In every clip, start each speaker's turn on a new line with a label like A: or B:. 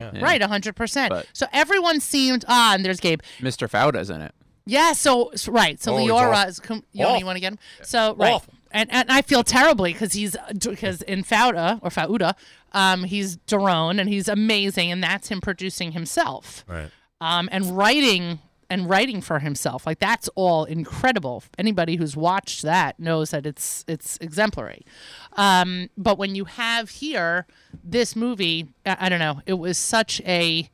A: Yeah.
B: Right, hundred percent.
C: But-
B: So everyone seemed ah, and there's Gabe.
C: Mr. Fauda's in it.
B: Yeah, so s- right, so
A: Oh, he's
B: Leora
A: awful.
B: is. Com- you, know, you
A: Awful.
B: want to get him? So right,
A: Awful.
B: and and I feel terribly because he's because in Fauda or Fauda, um, he's Daron and he's amazing, and that's him producing himself,
A: Right.
B: um, and writing and writing for himself. Like that's all incredible. Anybody who's watched that knows that it's it's exemplary. Um, but when you have here this movie, I, I don't know, it was such a.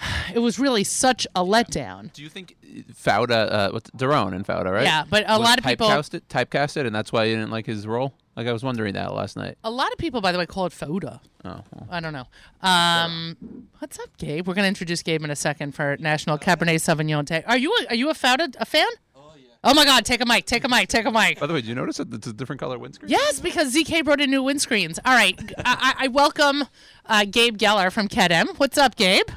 B: It was really such a letdown.
C: Do you think Fauda, uh, what's Daron and Fauda, right?
B: Yeah, but a
C: was
B: lot of people-
C: typecasted, typecasted, and that's why you didn't like his role. Like I was wondering that last night.
B: A lot of people, by the way, call it Fauda.
C: Oh, well.
B: I don't know. Um, What's up, Gabe? We're going to introduce Gabe in a second for National Cabernet Sauvignon Day. Are you a, are you a, Fauda, a fan? Oh, yeah. Oh, my God. Take a mic. Take a mic. Take a mic.
C: By the way, do you notice that it's a different color windscreen?
B: Yes, because ZK brought in new windscreens. All right. I, I, I welcome uh, Gabe Geller from Kedem. What's up, Gabe?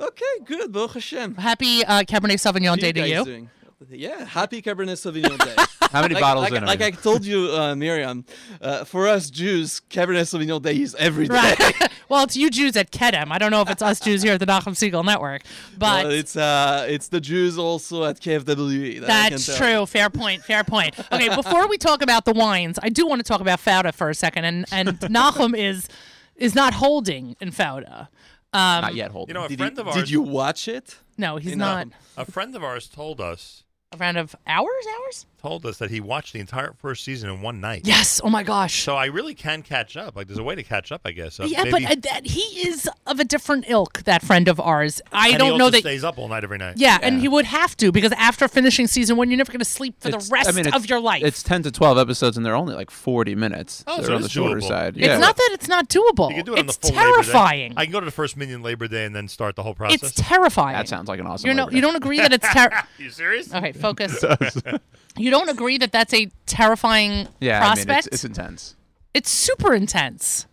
D: Okay, good. Baruch Hashem. How
B: Happy uh, Cabernet Sauvignon
D: are
B: Day
D: you
B: to
D: guys
B: you.
D: doing? Yeah, happy Cabernet Sauvignon Day.
C: How many
D: like,
C: bottles
D: like,
C: in? are
D: like
C: you?
D: I told you, uh, Miriam, uh, for us Jews, Cabernet Sauvignon Day is every day.
B: Right. well, it's you Jews at Kedem. I don't know if it's us Jews here at the Nachum Siegel Network, but
D: Well, it's uh, it's the Jews also at KFWE. E that I can
B: That's
D: tell.
B: true. Fair point. Fair point. Okay, before we talk about the wines, I do want to talk about Fauda for a second, and and Nahum is is not holding in Fauda. Um,
C: Not yet. Hold.
A: You know, a
D: Did
A: friend
D: you,
A: of ours.
D: did you watch it?
B: no, he's
D: You know.
B: not.
A: A friend of ours told us
B: A round of hours, hours.
A: told us that he watched the entire first season in one night.
B: Yes. Oh my gosh.
A: So I really can catch up. Like, there's a way to catch up, I guess. Uh,
B: yeah,
A: maybe-
B: but uh, that, he is of a different ilk. That friend of ours. I
A: and he
B: don't know
A: also
B: that.
A: stays up all night every night.
B: yeah, and he would have to because after finishing season one, you're never going to sleep for
C: It's-
B: the rest
C: I mean, it's-
B: of your life.
C: It's ten to twelve episodes, and they're only like forty minutes.
A: Oh,
C: they're
A: so
C: on
A: it
C: the
A: is
C: shorter
A: doable.
C: side.
A: It's
B: It's
C: yeah.
B: not that it's not doable.
A: You can do it on the
B: it's
A: full Labor Day.
B: terrifying.
A: I can go to the first Minion Labor Day and then start the whole process.
B: It's terrifying.
C: That sounds like an awesome.
B: you know,
C: Labor Day.
B: you don't agree that it's terrible.
A: you serious?
B: Okay, focus. you don't agree that that's a terrifying
C: Yeah,
B: prospect?
C: I mean, it's,
B: it's,
C: it's intense.
B: super intense.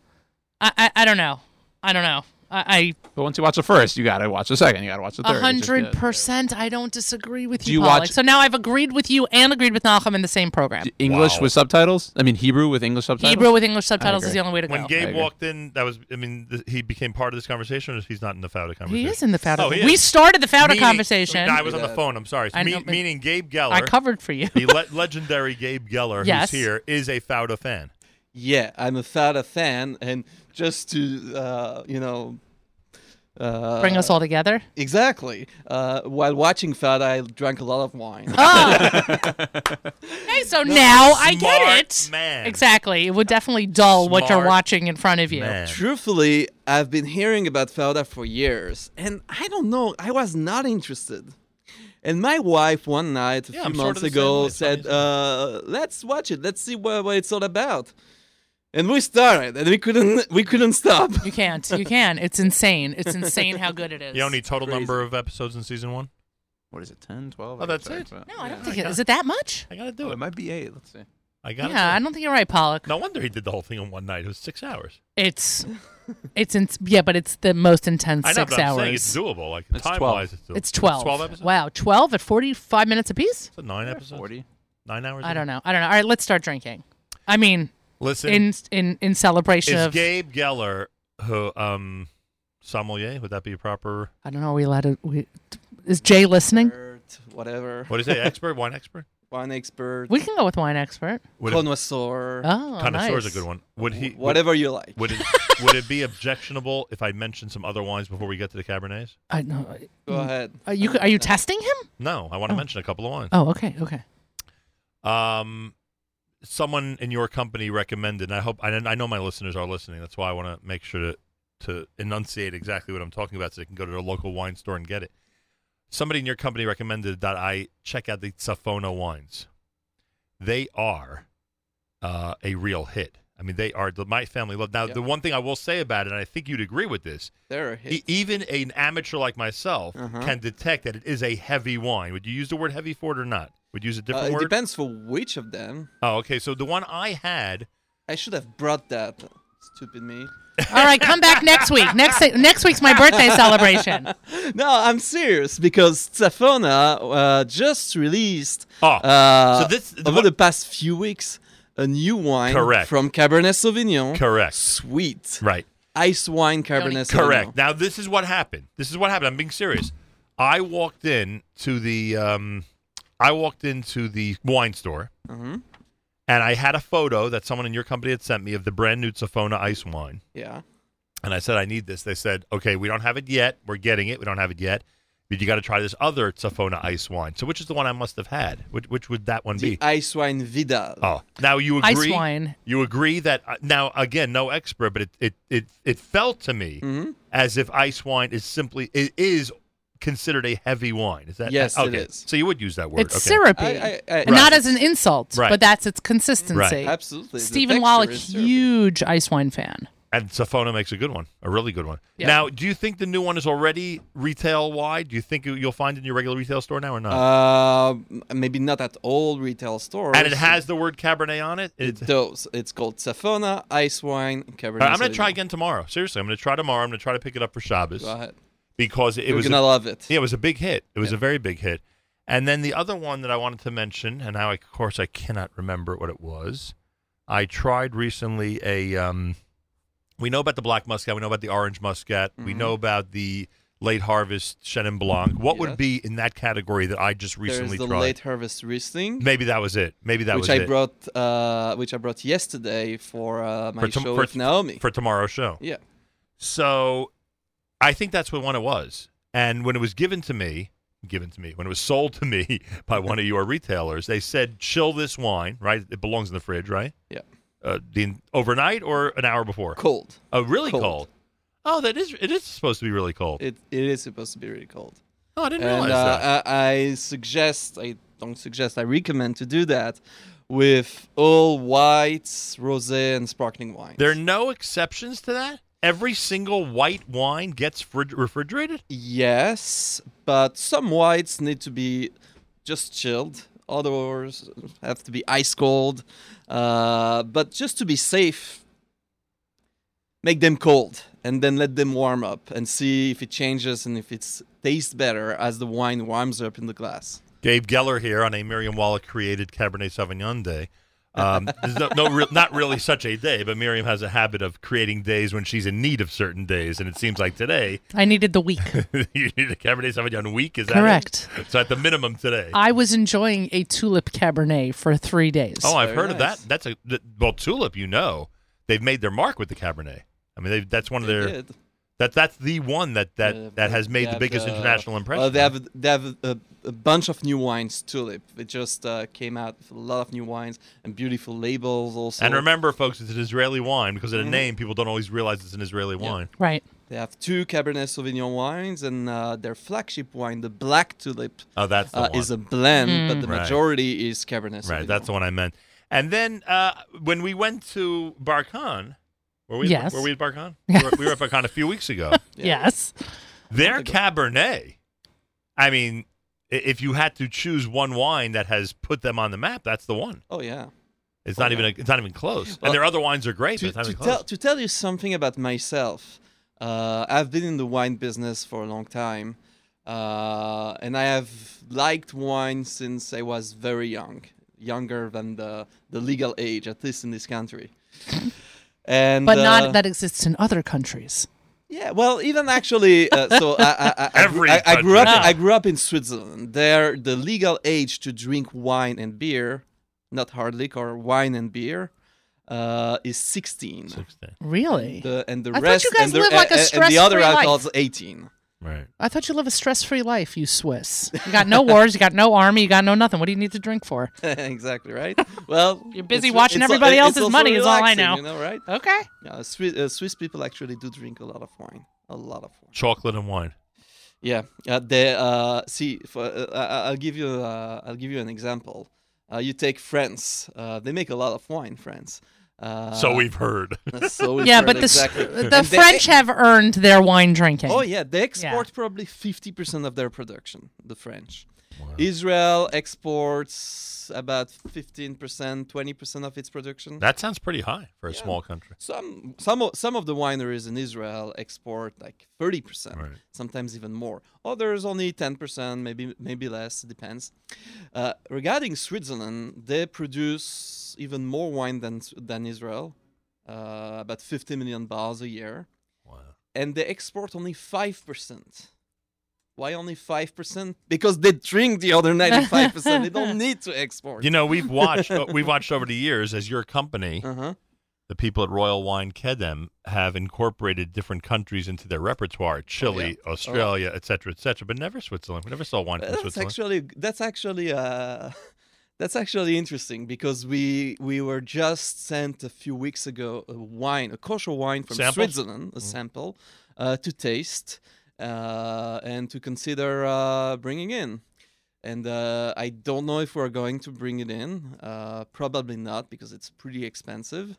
B: I, I I don't know. I don't know. I
C: But once you watch the first, you gotta watch the second. You gotta watch the
B: I
C: third.
B: a
C: It's just
B: hundred
C: good.
B: percent. I don't disagree with
C: Do
B: you,
C: you
B: Pollock.
C: watch-
B: So now I've agreed with you and agreed with Nahum in the same program.
C: English
A: Wow.
C: with subtitles. I mean, Hebrew with English subtitles.
B: Hebrew with English subtitles is
C: agree.
B: the only way to go.
A: When Gabe
C: agree.
A: walked in, that was, I mean, th- he became part of this conversation, or he's not in the Fouda conversation?
B: he is in the Fouda.
A: Oh, he is.
B: we started the Fouda
A: Meaning-
B: conversation.
A: No, I
B: I,
A: was on the
D: Yeah.
A: phone. I'm sorry.
B: I
A: Me-
B: know, but-
A: meaning Gabe Geller,
B: covered for you.
A: the le- legendary Gabe Geller,
B: Yes.
A: who's here, is a Fouda fan.
D: Yeah, I'm a Fada fan, and just to uh, you know. Uh,
B: Bring us all together.
D: exactly. Uh, while watching Fada, I drank a lot of wine.
B: Okay, Oh. so now I get
A: Smart
B: it.
A: man.
B: Exactly. It would definitely dull what you're
A: Smart
B: watching in front of you.
A: Man.
D: Truthfully, I've been hearing about Fauda for years, and I don't know, I was not interested. And my wife one night a
A: Yeah,
D: few
A: I'm sort
D: months
A: of the same way,
D: ago
A: it's funny,
D: said,
A: isn't it?
D: uh, "Let's watch it. Let's see what, what it's all about." And we started, and we couldn't we couldn't stop.
B: You can't. You can. It's insane. It's insane how good it is.
A: You know any total
D: Crazy.
A: number of episodes in season one?
C: What is it? 10, 12?
A: Oh, that's it.
B: no, I don't think it is it that much.
A: I gotta do
C: Oh,
A: it.
C: it might be eight. Let's see.
A: I gotta.
B: Yeah, I
A: do
B: don't think you're right, Pollock.
A: it. No wonder he did the whole thing in one night. It was six hours.
B: It's, it's in, yeah, but it's the most intense
A: I know,
B: six
A: but I'm saying
B: hours.
A: it's doable. Like
C: It's
A: time
C: 12.
A: wise, it's doable.
B: It's twelve.
A: Twelve episodes.
B: Wow, twelve at forty-five minutes apiece.
A: So nine episodes.
C: 40.
A: Nine hours.
B: I don't know. I don't know. All right, let's start drinking. I mean,
A: Listen,
B: in in in celebration
A: is
B: of.
A: Gabe Geller who um sommelier? Would that be proper?
B: I don't know. Are we allowed to? We, is Jay listening?
D: Whatever.
A: What eh? do you say? Expert wine expert.
D: Wine expert.
B: We can go with wine expert.
A: Would it,
D: connoisseur.
B: Oh,
A: connoisseur's
B: nice.
A: a good one. Would he?
D: wh- whatever you like.
A: Would, would it? would it be objectionable if I mentioned some other wines before we get to the Cabernets?
B: I know.
D: Go ahead. Uh,
B: Are you are you testing him?
A: No, I want to
B: Oh.
A: mention a couple of wines.
B: Oh, okay, okay.
A: Um, someone in your company recommended. And I hope I, I know my listeners are listening. That's why I want to make sure to to enunciate exactly what I'm talking about, so they can go to their local wine store and get it. Somebody in your company recommended that I check out the Safono wines. They are uh, a real hit. I mean, they are. The, my family love. Now,
D: Yeah.
A: the one thing I will say about it, and I think you'd agree with this,
D: There are
A: e-
D: hits.
A: even an amateur like myself
D: Uh-huh.
A: can detect that it is a heavy wine. Would you use the word heavy for it or not? Would you use a
D: Uh,
A: different
D: it
A: word?
D: depends for which of them.
A: Oh, okay. So the one I had,
D: I should have brought that. Stupid me.
B: All right, come back next week. Next next week's my birthday celebration.
D: No, I'm serious because Zafona uh, just released
A: Oh,
D: uh,
A: so this-
D: over the past few weeks a new wine
A: Correct.
D: from Cabernet Sauvignon.
A: Correct.
D: Sweet.
A: right?
D: ice wine Cabernet Sauvignon.
A: Correct. Now this is what happened. This is what happened. I'm being serious. I walked in to the um, I walked into the wine store,
D: Mhm.
A: and I had a photo that someone in your company had sent me of the brand new Safona ice wine.
D: Yeah.
A: And I said, I need this. They said, okay, we don't have it yet. We're getting it. We don't have it yet. But you got to try this other Safona ice wine. So which is the one I must have had? Which, which would that one
D: The
A: be?
D: ice wine Vidal.
A: Oh, now you
B: Ice
A: agree.
B: wine.
A: You agree that uh, now again, no expert, but it it it, it felt to me
D: Mhm.
A: as if ice wine is simply it is considered a heavy wine. Is that
D: Yes, it
A: okay?
D: is.
A: So you would use that word.
B: It's
A: okay.
B: syrupy.
D: I- I- I-
B: And Not
A: Right.
B: as an insult,
A: Right.
B: but that's its consistency.
D: Absolutely. The
B: Stephen
D: texture
B: Wallach,
D: is terrible.
B: huge ice wine fan.
A: And Safona makes a good one, a really good one.
B: Yeah.
A: Now, do you think the new one is already retail wide? Do you think you- you'll find it in your regular retail store now or not?
D: Uh, maybe not at all retail stores.
A: and it has the word Cabernet on it. It's,
D: those. It's called Safona ice wine Cabernet.
A: All right, I'm going to try
D: Sauvignon.
A: again tomorrow. Seriously, I'm going to try tomorrow. I'm going to try to pick it up for Shabbos
D: Go ahead.
A: because it, it
D: You're
A: was a-
D: gonna love it.
A: Yeah, it was a big hit. It was a very big hit. And then the other one that I wanted to mention, and now of course I cannot remember what it was. I tried recently a. Um, we know about the black muscat. We know about the orange muscat. We
D: Mm-hmm.
A: know about the late harvest Chenin Blanc. What
D: Yes.
A: would be in that category that I just
D: There's
A: recently
D: the
A: tried?
D: late harvest Riesling,
A: Maybe that was it. Maybe that
D: which
A: was
D: I
A: it
D: brought, uh, which I brought yesterday for uh, my
A: For tom-
D: show
A: for-
D: with Naomi.
A: for tomorrow's show.
D: yeah.
A: So I think that's what one it was. And when it was given to me, given to me, when it was sold to me by one of your retailers, they said, chill this wine, right? It belongs in the fridge, right?
D: Yeah.
A: Uh, the, overnight or an hour before?
D: Cold.
A: Oh, really cold.
D: Cold.
A: Oh, that is, it is supposed to be really cold.
D: It it is supposed to be really cold.
A: oh, I didn't realize
D: and
A: that.
D: uh, I, I suggest I don't suggest I recommend to do that with all whites, rosé, and sparkling wines.
A: there are no exceptions to that? Every single white wine gets frid- refrigerated?
D: yes, but some whites need to be just chilled. Others have to be ice cold. Uh, but just to be safe, make them cold and then let them warm up and see if it changes and if it tastes better as the wine warms up in the glass.
A: Gabe Geller here on a Miriam Wallach created Cabernet Sauvignon Day. Um, there's no, no real not really such a day, but Miriam has a habit of creating days when she's in need of certain days, and it seems like today
B: I needed the week.
A: you need a Cabernet Sauvignon week. Is that it?
B: Correct.
A: So at the minimum today.
B: I was enjoying a tulip cabernet for three days.
A: oh, I've
D: Very
A: heard of that.
D: nice.
A: That's a th- well tulip. You know, they've made their mark with the Cabernet. I mean, they that's one of
D: They
A: their
D: did.
A: that that's the one that that
D: Uh,
A: that has
D: they
A: made the
D: have,
A: biggest
D: uh,
A: international impression.
D: Well, they have they have a, a bunch of new wines. Tulip. It just uh, came out with a lot of new wines and beautiful labels. Also,
A: and remember, folks, it's an Israeli wine because
D: Mm-hmm.
A: of the name, people don't always realize it's an Israeli wine.
B: Right.
D: they have two Cabernet Sauvignon wines, and uh, their flagship wine, the Black Tulip,
A: Oh, that's the
D: uh,
A: one.
D: is a blend, but the
A: Mm. Right.
D: majority is Cabernet Sauvignon.
A: Right, that's the one I meant. And then uh, when we went to Barkhan, were we?
B: Yes.
A: Were we at Barkhan? We were, we were at Barkhan a few weeks ago.
B: Yes.
A: Their
D: ago.
A: Cabernet. I mean, i- if you had to choose one wine that has put them on the map, that's the one.
D: Oh yeah.
A: It's not
D: Oh,
A: even. A, it's not even close.
D: Well,
A: and their other wines are great,
D: to,
A: but it's not
D: to
A: even close.
D: tell, to tell you something about myself, uh, I've been in the wine business for a long time, uh, and I have liked wine since I was very young, younger than the, the legal age, at least in this country. And
B: But
D: uh,
B: not that exists in other countries.
D: yeah, well, even actually, uh, so I, I, I, I,
A: Every
D: grew, I, I grew up.
A: country.
D: I grew up in Switzerland. There, the legal age to drink wine and beer, not hard liquor, wine and beer, uh, is sixteen.
B: Really?
D: The, and the
B: I thought you
D: rest,
B: guys
D: and the,
B: lived like a
D: and- and the other
B: stress-free life.
D: alcohol's 18.
A: Right.
B: I thought you live a stress free life, you Swiss. You got no wars, you got no army, you got no nothing. What do you need to drink for?
D: exactly right. Well,
B: You're busy
D: it's-
B: watching
D: it's al-
B: everybody
D: it's
B: else's
D: also
B: money is all I
D: relaxing,
B: know.
D: You know, right?
B: Okay.
D: Yeah, Swiss, uh, Swiss people actually do drink a lot of wine, a lot of wine.
A: Chocolate and wine.
D: Yeah, uh, they uh, see. For, uh, I- I'll give you. Uh, I'll give you an example. Uh, you take France. Uh, they make a lot of wine, France. Uh,
A: so we've heard.
D: So we've
B: yeah,
D: heard
B: but the, s-
D: exactly.
B: the
D: And they-
B: French have earned their wine drinking.
D: Oh yeah, they export probably fifty percent of their production. The French.
A: Wow.
D: Israel exports about fifteen percent, twenty percent of its production.
A: that sounds pretty high for a small country.
D: some some o- some of the wineries in Israel export like thirty percent,
A: Right.
D: sometimes even more. Others only ten percent, maybe maybe less, it depends. Uh, regarding Switzerland, they produce even more wine than S- than Israel, uh, about fifty million barrels a year. and they export only 5%. Why only 5%? Because they drink the other 95%. they don't need to export.
A: You know, we've watched uh, we've watched over the years as your company,
D: uh-huh.
A: the people at Royal Wine Kedem have incorporated different countries into their
D: Oh,
A: repertoire: Chile, Australia, etc., etc. but never Switzerland. We never saw wine from
D: That's
A: Switzerland.
D: actually that's actually uh, that's actually interesting because we we were just sent a few weeks ago a wine, a kosher wine from
A: Samples?
D: Switzerland, a sample uh, to taste uh, and to consider uh, bringing in. And uh, I don't know if we're going to bring it in. Uh, probably not because it's pretty expensive.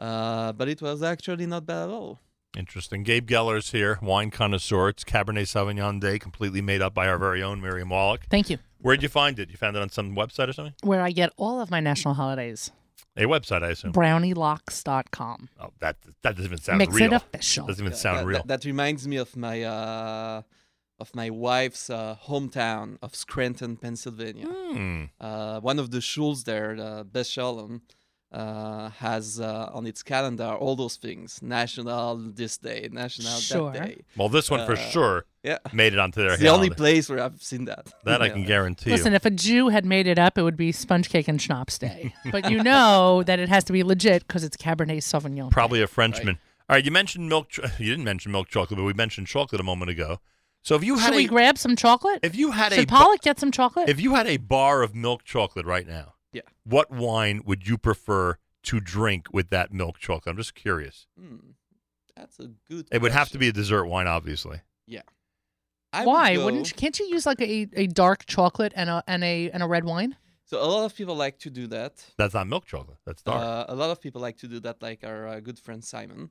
D: Uh, but it was actually not bad at all.
A: Interesting. Gabe Geller's here, wine connoisseur. It's Cabernet Sauvignon Day, completely made up by our very own Miriam Wallach.
B: Thank you.
A: Where'd you find it? You found it on some website or something?
B: Where I get all of my national holidays.
A: A website, I assume.
B: Brownielocks.com.
A: Oh, that that doesn't even sound
B: Makes it
A: real.
B: official.
A: Doesn't even
D: Yeah,
A: sound
D: that,
A: real.
D: That, that reminds me of my uh, of my wife's uh, hometown of Scranton, Pennsylvania.
A: Hmm.
D: Uh, one of the schools there, the Beth Shalom, uh, has uh, on its calendar all those things: national this day, national
B: Sure.
D: that day.
A: Well, this one for
D: Uh,
A: sure
D: Yeah,
A: made it onto their.
D: it's the only
A: calendar.
D: place where I've seen that.
A: that I
D: Yeah.
A: can guarantee. you.
B: Listen, if a Jew had made it up, it would be sponge cake and schnapps day. but you know that it has to be legit because it's Cabernet Sauvignon.
A: Probably a Frenchman. All right, you mentioned milk. Cho- you didn't mention milk chocolate, but we mentioned chocolate a moment ago. So if you had
B: Should
A: a,
B: we grab some chocolate?
A: if you had a
B: Should
A: ba-
B: Pollock get some chocolate?
A: if you had a bar of milk chocolate right now,
D: Yeah.
A: what wine would you prefer to drink with that milk chocolate? I'm just curious.
D: Hmm. That's a good.
A: It would have to
D: question.
A: be a dessert wine, obviously.
D: I would
B: Why
D: go-
B: wouldn't? You, can't you use like a, a dark chocolate and a and a and a red wine?
D: So a lot of people like to do that.
A: That's not milk chocolate. That's dark.
D: Uh, a lot of people like to do that, like our uh, good friend Simon.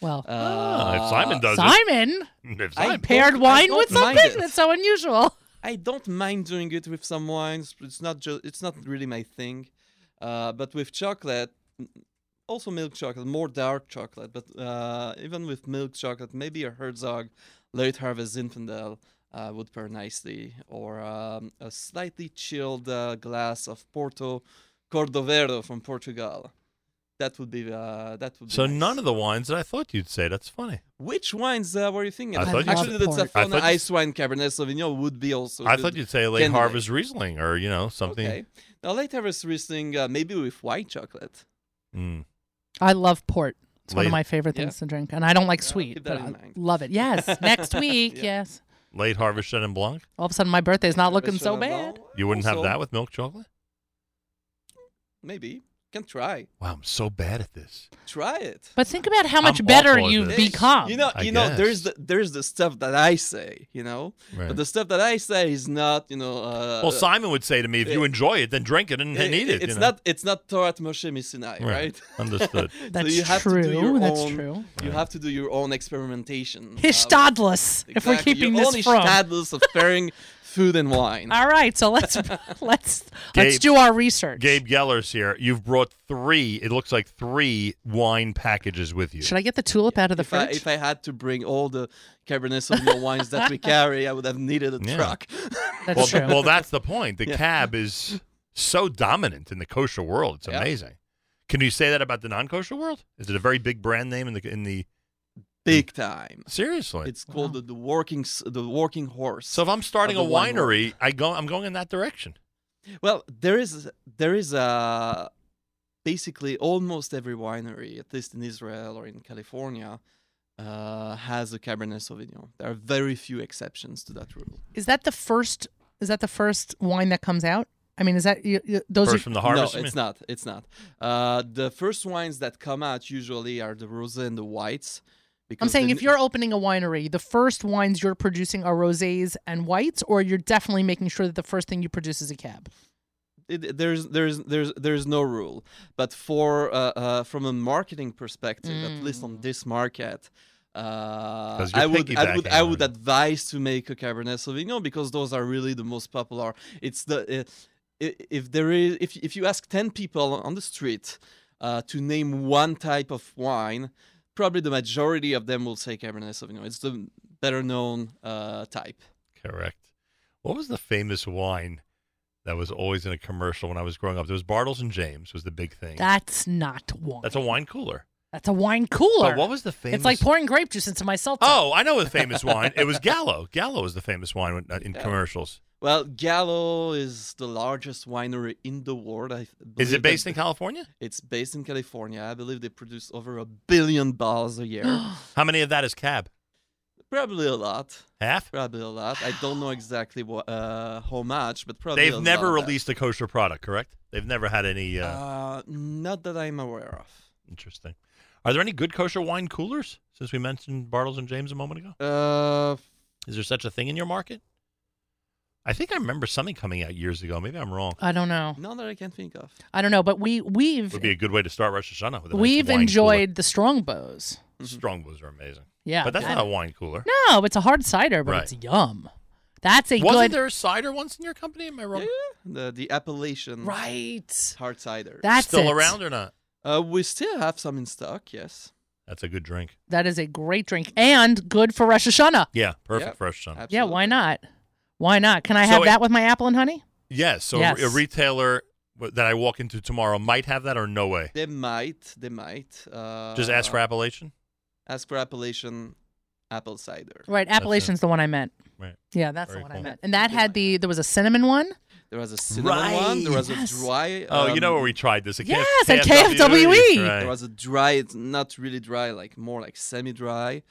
B: Well,
A: Ah, if Simon
D: Uh,
A: does
B: Simon
A: it, if
D: I-
A: Simon-
B: paired
D: don't- I
B: wine
D: don't
B: with
D: mind
B: something
D: it.
B: that's so unusual.
D: I don't mind doing it with some wines. but It's not just it's not really my thing, uh, but with chocolate, n- also milk chocolate, more dark chocolate. But uh, even with milk chocolate, maybe a Herzog, late harvest Zinfandel uh, would pair nicely, or um, a slightly chilled uh, glass of Porto Cordovero from Portugal. That would be uh, that would. Be
A: so none of the wines that I thought you'd say. That's funny.
D: which wines uh, were you thinking?
A: I
D: of?
A: thought you-
D: Actually, the
B: I thought
A: you-
D: Zafrona ice wine Cabernet Sauvignon would be also.
A: I
D: good.
A: thought you'd say a late
D: Candidate.
A: harvest Riesling or you know something.
D: Okay. Now, late harvest Riesling, uh, maybe with white chocolate.
A: Mm.
B: I love port. It's one
A: Late-
B: of my favorite
D: Yeah.
B: things to drink, and I don't like
D: Yeah,
B: sweet,
D: keep that
B: but
D: in
B: I
D: mind.
B: love it. Yes, next week.
D: Yeah.
B: Yes.
A: Late harvest Chenin Blanc.
B: All of a sudden, my birthday's not
D: Harvest
B: looking so
D: Chenin
B: bad.
D: Blanc.
A: You wouldn't have
D: Also,
A: that with milk chocolate.
D: Maybe. Can try.
A: Wow, I'm so bad at this.
D: Try it.
B: But think about how much
A: I'm
B: better
A: awful at
B: you've
A: this.
B: become.
D: You know, um,
A: I
D: you know, there's the
A: guess.
D: there's the stuff that I say, you know,
A: Right.
D: but the stuff that I say is not, you know. Uh,
A: Well, Simon would say to me, if you enjoy it, then drink it and,
D: it-
A: and eat it.
D: It's
A: you know?
D: not it's not Torah Moshe Sinai, right?
A: Understood.
B: that's
D: so you have
B: true.
D: To do your
B: that's
D: own,
B: true.
D: You
A: Right.
D: have to do your own experimentation. uh,
B: Hishtadlus, if we're
D: exactly,
B: keeping
D: your
B: this
D: own
B: from.
D: Hishtadlus of pairing food and wine.
B: All right, so let's let's let's
A: Gabe-
B: do our research.
A: Gabe Geller's here. You've brought three, it looks like three wine packages with you.
B: Should I get the tulip out of the
D: if I,
B: fridge?
D: if I had to bring all the Cabernet Sauvignon wines that we carry, I would have needed a
A: Yeah.
D: truck.
B: That's
A: well,
B: true.
A: th- well, that's the point. The
D: Yeah.
A: cab is so dominant in the kosher world. It's
D: Yeah.
A: amazing. Can you say that about the non-kosher world? Is it a very big brand name in the in the
D: Big time.
A: seriously?
D: It's called the, the working s- the working horse.
A: so if I'm starting a
D: Of the wine world.
A: winery, I go I'm going in that direction.
D: well, there is there is a basically almost every winery, at least in Israel or in California, uh, has a Cabernet Sauvignon. There are very few exceptions to that rule.
B: is that the first? Is that the first wine that comes out? I mean, is that you, you- those
A: First
B: are
A: from the harvest.
D: No, it's not. It's not. Uh, the first wines that come out usually are the rosé and the whites.
B: I'm
D: because
B: saying
D: they
B: if
D: ne-
B: you're opening a winery, the first wines you're producing are rosés and whites, or you're definitely making sure that the first thing you produce is a cab.
D: it, there's there's there's there's no rule but for uh, uh, from a marketing perspective at least on this market uh,
A: 'Cause you're
D: I would I would
A: piggybacking
D: I would
A: on-
D: advise to make a Cabernet Sauvignon because those are really the most popular. It's the uh, i- if there is if if you ask ten people on the street uh, to name one type of wine, probably the majority of them will say Cabernet Sauvignon. It's the better known uh, type.
A: Correct. What was the famous wine that was always in a commercial when I was growing up? There was Bartles and James was the big thing.
B: That's not wine.
A: That's a wine cooler.
B: That's a wine cooler.
A: But what was the famous?
B: it's like pouring grape juice into my seltzer.
A: Oh, I know the famous wine. It was Gallo. Gallo was the famous wine when- uh, in commercials.
D: Well, Gallo is the largest winery in the world. I
A: Is
D: believe that
A: it based in
D: th-
A: California?
D: It's based in California. I believe they produce over a billion bottles a year.
A: How many of that is cab?
D: probably a lot.
A: Half.
D: Probably a lot. I don't know exactly what, uh, how much, but probably a
A: They've
D: lot
A: never
D: of that.
A: released a kosher product, correct? They've never had any. Uh,
D: Uh, not that I'm aware of.
A: interesting. Are there any good kosher wine coolers? Since we mentioned Bartles and James a moment ago,
D: Uh,
A: is there such a thing in your market? I think I remember something coming out years ago. Maybe I'm wrong.
B: I don't know.
D: none that I can think of.
B: I don't know, but we we've
A: would be a good way to start Rosh Hashanah. With a nice
B: we've
A: wine
B: enjoyed the strongbows.
A: Cooler. Strongbows are amazing,
B: Yeah,
A: but that's
B: that-
A: not a wine cooler.
B: No, it's a hard cider, but
A: Right.
B: it's yum. That's a
A: Wasn't
B: good
A: there a cider once in your company? Am I wrong?
D: Yeah, The the Appalachian
B: right.
D: hard cider.
B: That's
A: Still
B: it.
A: around or not?
D: uh, we still have some in stock. Yes.
A: That's a good drink.
B: That is a great drink and good for Rosh Hashanah.
A: Yeah, perfect
D: Yep.
A: for Rosh Hashanah.
B: Yeah,
D: absolutely.
B: why not? Why not? Can I
A: So
B: have
A: it-
B: that with my apple and honey?
A: Yes. So
B: Yes.
A: A, retailer w- that I walk into tomorrow might have that or no way.
D: They might. They might. Uh,
A: Just ask for Appalachian.
D: Ask for Appalachian apple cider.
B: Right,
A: it.
B: Appalachian's the one I meant.
A: Right.
B: Yeah, that's
A: Very
B: the one I
A: cool.
B: meant. And that had the there was a cinnamon one.
D: There was a cinnamon one. There
A: Right.
D: was
B: Yes.
D: a dry.
A: Oh, you know
D: um,
A: where we tried this? At KF-
B: yes, at KFWE.
A: E. Right.
D: There was a dry. It's not really dry. Like more like semi-dry,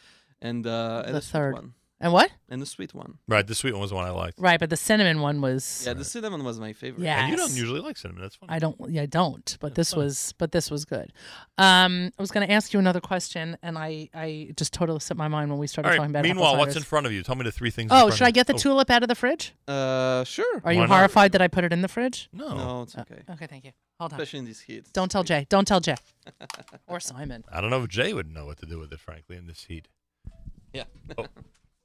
D: and uh, and
B: The
D: a sweet
B: third.
D: one.
B: And what?
D: And a sweet one.
A: Right, The sweet one was the one I liked.
B: Right, but the cinnamon one was
D: Yeah, the cinnamon was my favorite.
B: Yeah.
A: And you don't
B: Yes.
A: usually like cinnamon. That's funny.
B: I don't yeah, I don't, but this
A: fine.
B: was but this was good. Um I was going to ask you another question and I I just totally slipped my mind when we started
A: All right.
B: talking about apple
A: Meanwhile, what's
B: ciders.
A: in front of you? Tell me the three things. in
B: Oh,
A: front
B: should I
A: of you.
B: get the
A: Oh,
B: tulip out of the fridge?
D: Uh, sure.
B: Are
A: Why
B: you
A: not?
B: horrified that I put it in the fridge?
A: No.
D: No, it's okay.
B: Okay, thank you. Hold on.
D: Especially in this heat.
B: Uh, Don't tell Jay. Don't tell Jay. or Simon.
A: I don't know if Jay would know what to do with it, frankly, in this heat.
D: Yeah.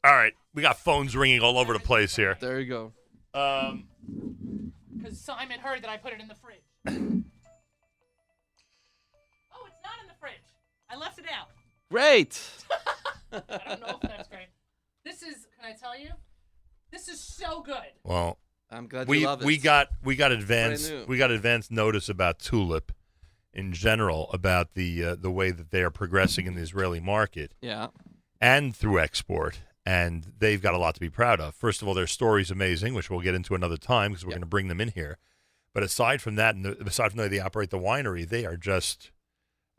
A: All right, we got phones ringing all over the place here.
D: There you go.
A: Um,
B: Because Simon heard that I put it in the fridge. oh, it's not in the fridge. I left it out.
D: Great.
B: I don't know if that's great. This is, can I tell you? This is so good.
A: well,
D: I'm glad
A: we
D: you love it.
A: we got we got advanced
D: new.
A: we got advanced notice about tulip in general about the uh, the way that they are progressing in the Israeli market
D: Yeah.
A: and through export and they've got a lot to be proud of. First of all, their story's amazing, which we'll get into another time because we're
D: Yep.
A: going to bring them in here. But aside from that, and the, aside from the way they operate the winery, they are just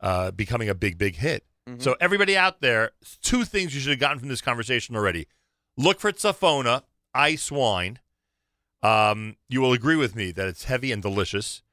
A: uh, becoming a big, big hit. So everybody out there, two things you should have gotten from this conversation already: look for Safona ice wine. Um, you will agree with me that it's heavy and delicious.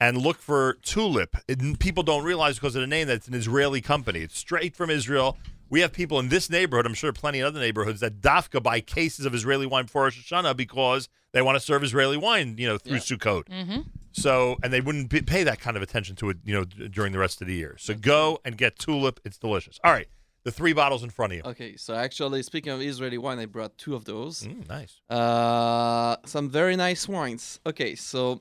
A: And look for Tulip. It- people don't realize because of the name that it's an Israeli company. It's straight from Israel. We have people in this neighborhood, I'm sure plenty in other neighborhoods, that dafka buy cases of Israeli wine for Rosh Hashanah because they want to serve Israeli wine, you know, through
D: Yeah.
A: Sukkot. So, and they wouldn't be, pay that kind of attention to it, you know, d- during the rest of the year. So go and get Tulip. It's delicious. All right. The three bottles in front of you.
D: Okay, so actually, speaking of Israeli wine, I brought two of those.
A: Mm, nice.
D: Uh, some very nice wines. Okay, so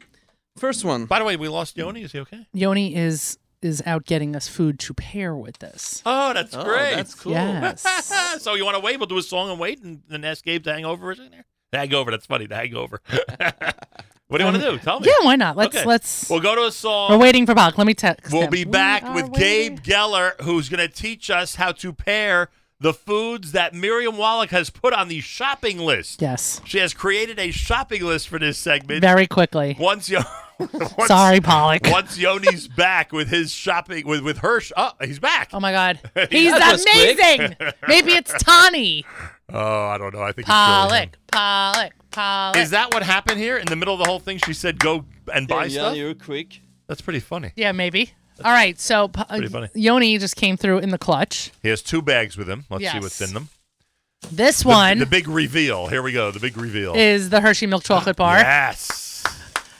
D: first one.
A: By the way, we lost Yoni. Is he okay?
B: Yoni is is out getting us food to pair with this.
A: Oh, that's
D: Oh,
A: great.
D: That's cool.
B: Yes.
A: so you want to wait? We'll do a song and wait, and then ask Gabe to hang over us in there. Hang over. That's funny. To hang over. what do you want to do? Tell me.
B: yeah, why not? Let's
A: Okay.
B: let's
A: We'll go to a song.
B: We're waiting for Bach. Let me text.
A: We'll
B: him.
A: be
B: We
A: back
B: are
A: with
B: waiting.
A: Gabe Geller, who's going to teach us how to pair the foods that Miriam Wallach has put on the shopping list.
B: Yes.
A: She has created a shopping list for this segment.
B: Very quickly.
A: once Yo- once,
B: Sorry, Pollock.
A: once Yoni's back with his shopping with with Hirsch. Oh, he's back.
B: Oh my God. He's
D: That was quick.
B: amazing. Maybe it's Tani.
A: Oh, I don't know. I think it's really him.
B: Pollock. Pollock. Pollock.
A: Is that what happened here? In the middle of the whole thing, she said, "Go and buy
D: Okay, yeah,
A: stuff."
D: you're quick.
A: That's pretty funny.
B: yeah, maybe. All right. So P- uh,
A: pretty funny.
B: Yoni just came through in the clutch.
A: He has two bags with him. Let's see
B: Yes.
A: what's in them.
B: This
A: The-
B: one
A: The, big reveal. Here we go. The big reveal.
B: is the Hershey milk chocolate bar,
A: Yes.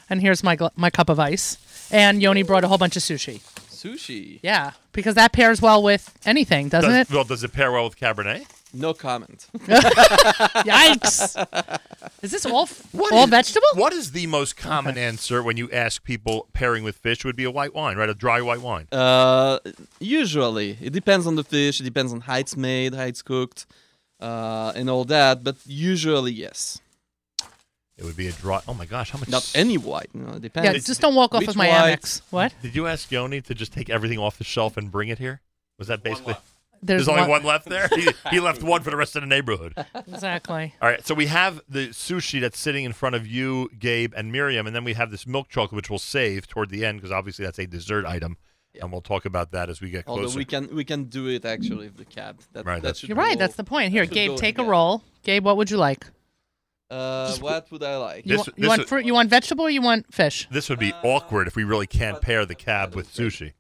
B: and here's my gl- my cup of ice. And Yoni brought a whole bunch of sushi.
D: Sushi.
B: Yeah, because that pairs well with anything, doesn't
A: Does,
B: it?
A: well, does it pair well with Cabernet?
D: No comment.
B: Yikes! Is this all f-
A: What
B: all
A: is-
B: vegetable?
A: What is the most common answer when you ask people pairing with fish would be a white wine, right? A dry white wine.
D: Uh, usually, it depends on the fish. It depends on how it's made, how it's cooked, uh, and all that. But usually, yes.
A: It would be a dry. Oh my gosh, how much?
D: Not any white. No, it depends.
B: Yeah, just don't walk off
D: Which
B: with my
D: white?
B: Amex. What?
A: Did you ask Yoni to just take everything off the shelf and bring it here? Was that basically?
B: There's,
A: There's only one left there. He, he left one for the rest of the neighborhood.
B: Exactly.
A: All right, so we have the sushi that's sitting in front of you, Gabe, and Miriam, and then we have this milk chocolate, which we'll save toward the end because obviously that's a dessert item, and we'll talk about that as we get
D: Although
A: closer.
D: we can we can do it actually with the cab. That,
A: Right,
D: that
A: that's-
D: should
B: You're right.
D: go-
B: That's the point. Here,
D: should
B: Gabe,
D: go
B: take a
D: together.
B: roll. Gabe, what would you like?
D: Uh, what would I like?
B: You,
A: This-
B: want,
A: this
B: you want
A: is-
B: fruit? You want vegetable? Or you want fish?
A: this would be awkward if we really can't pair the cab with sushi.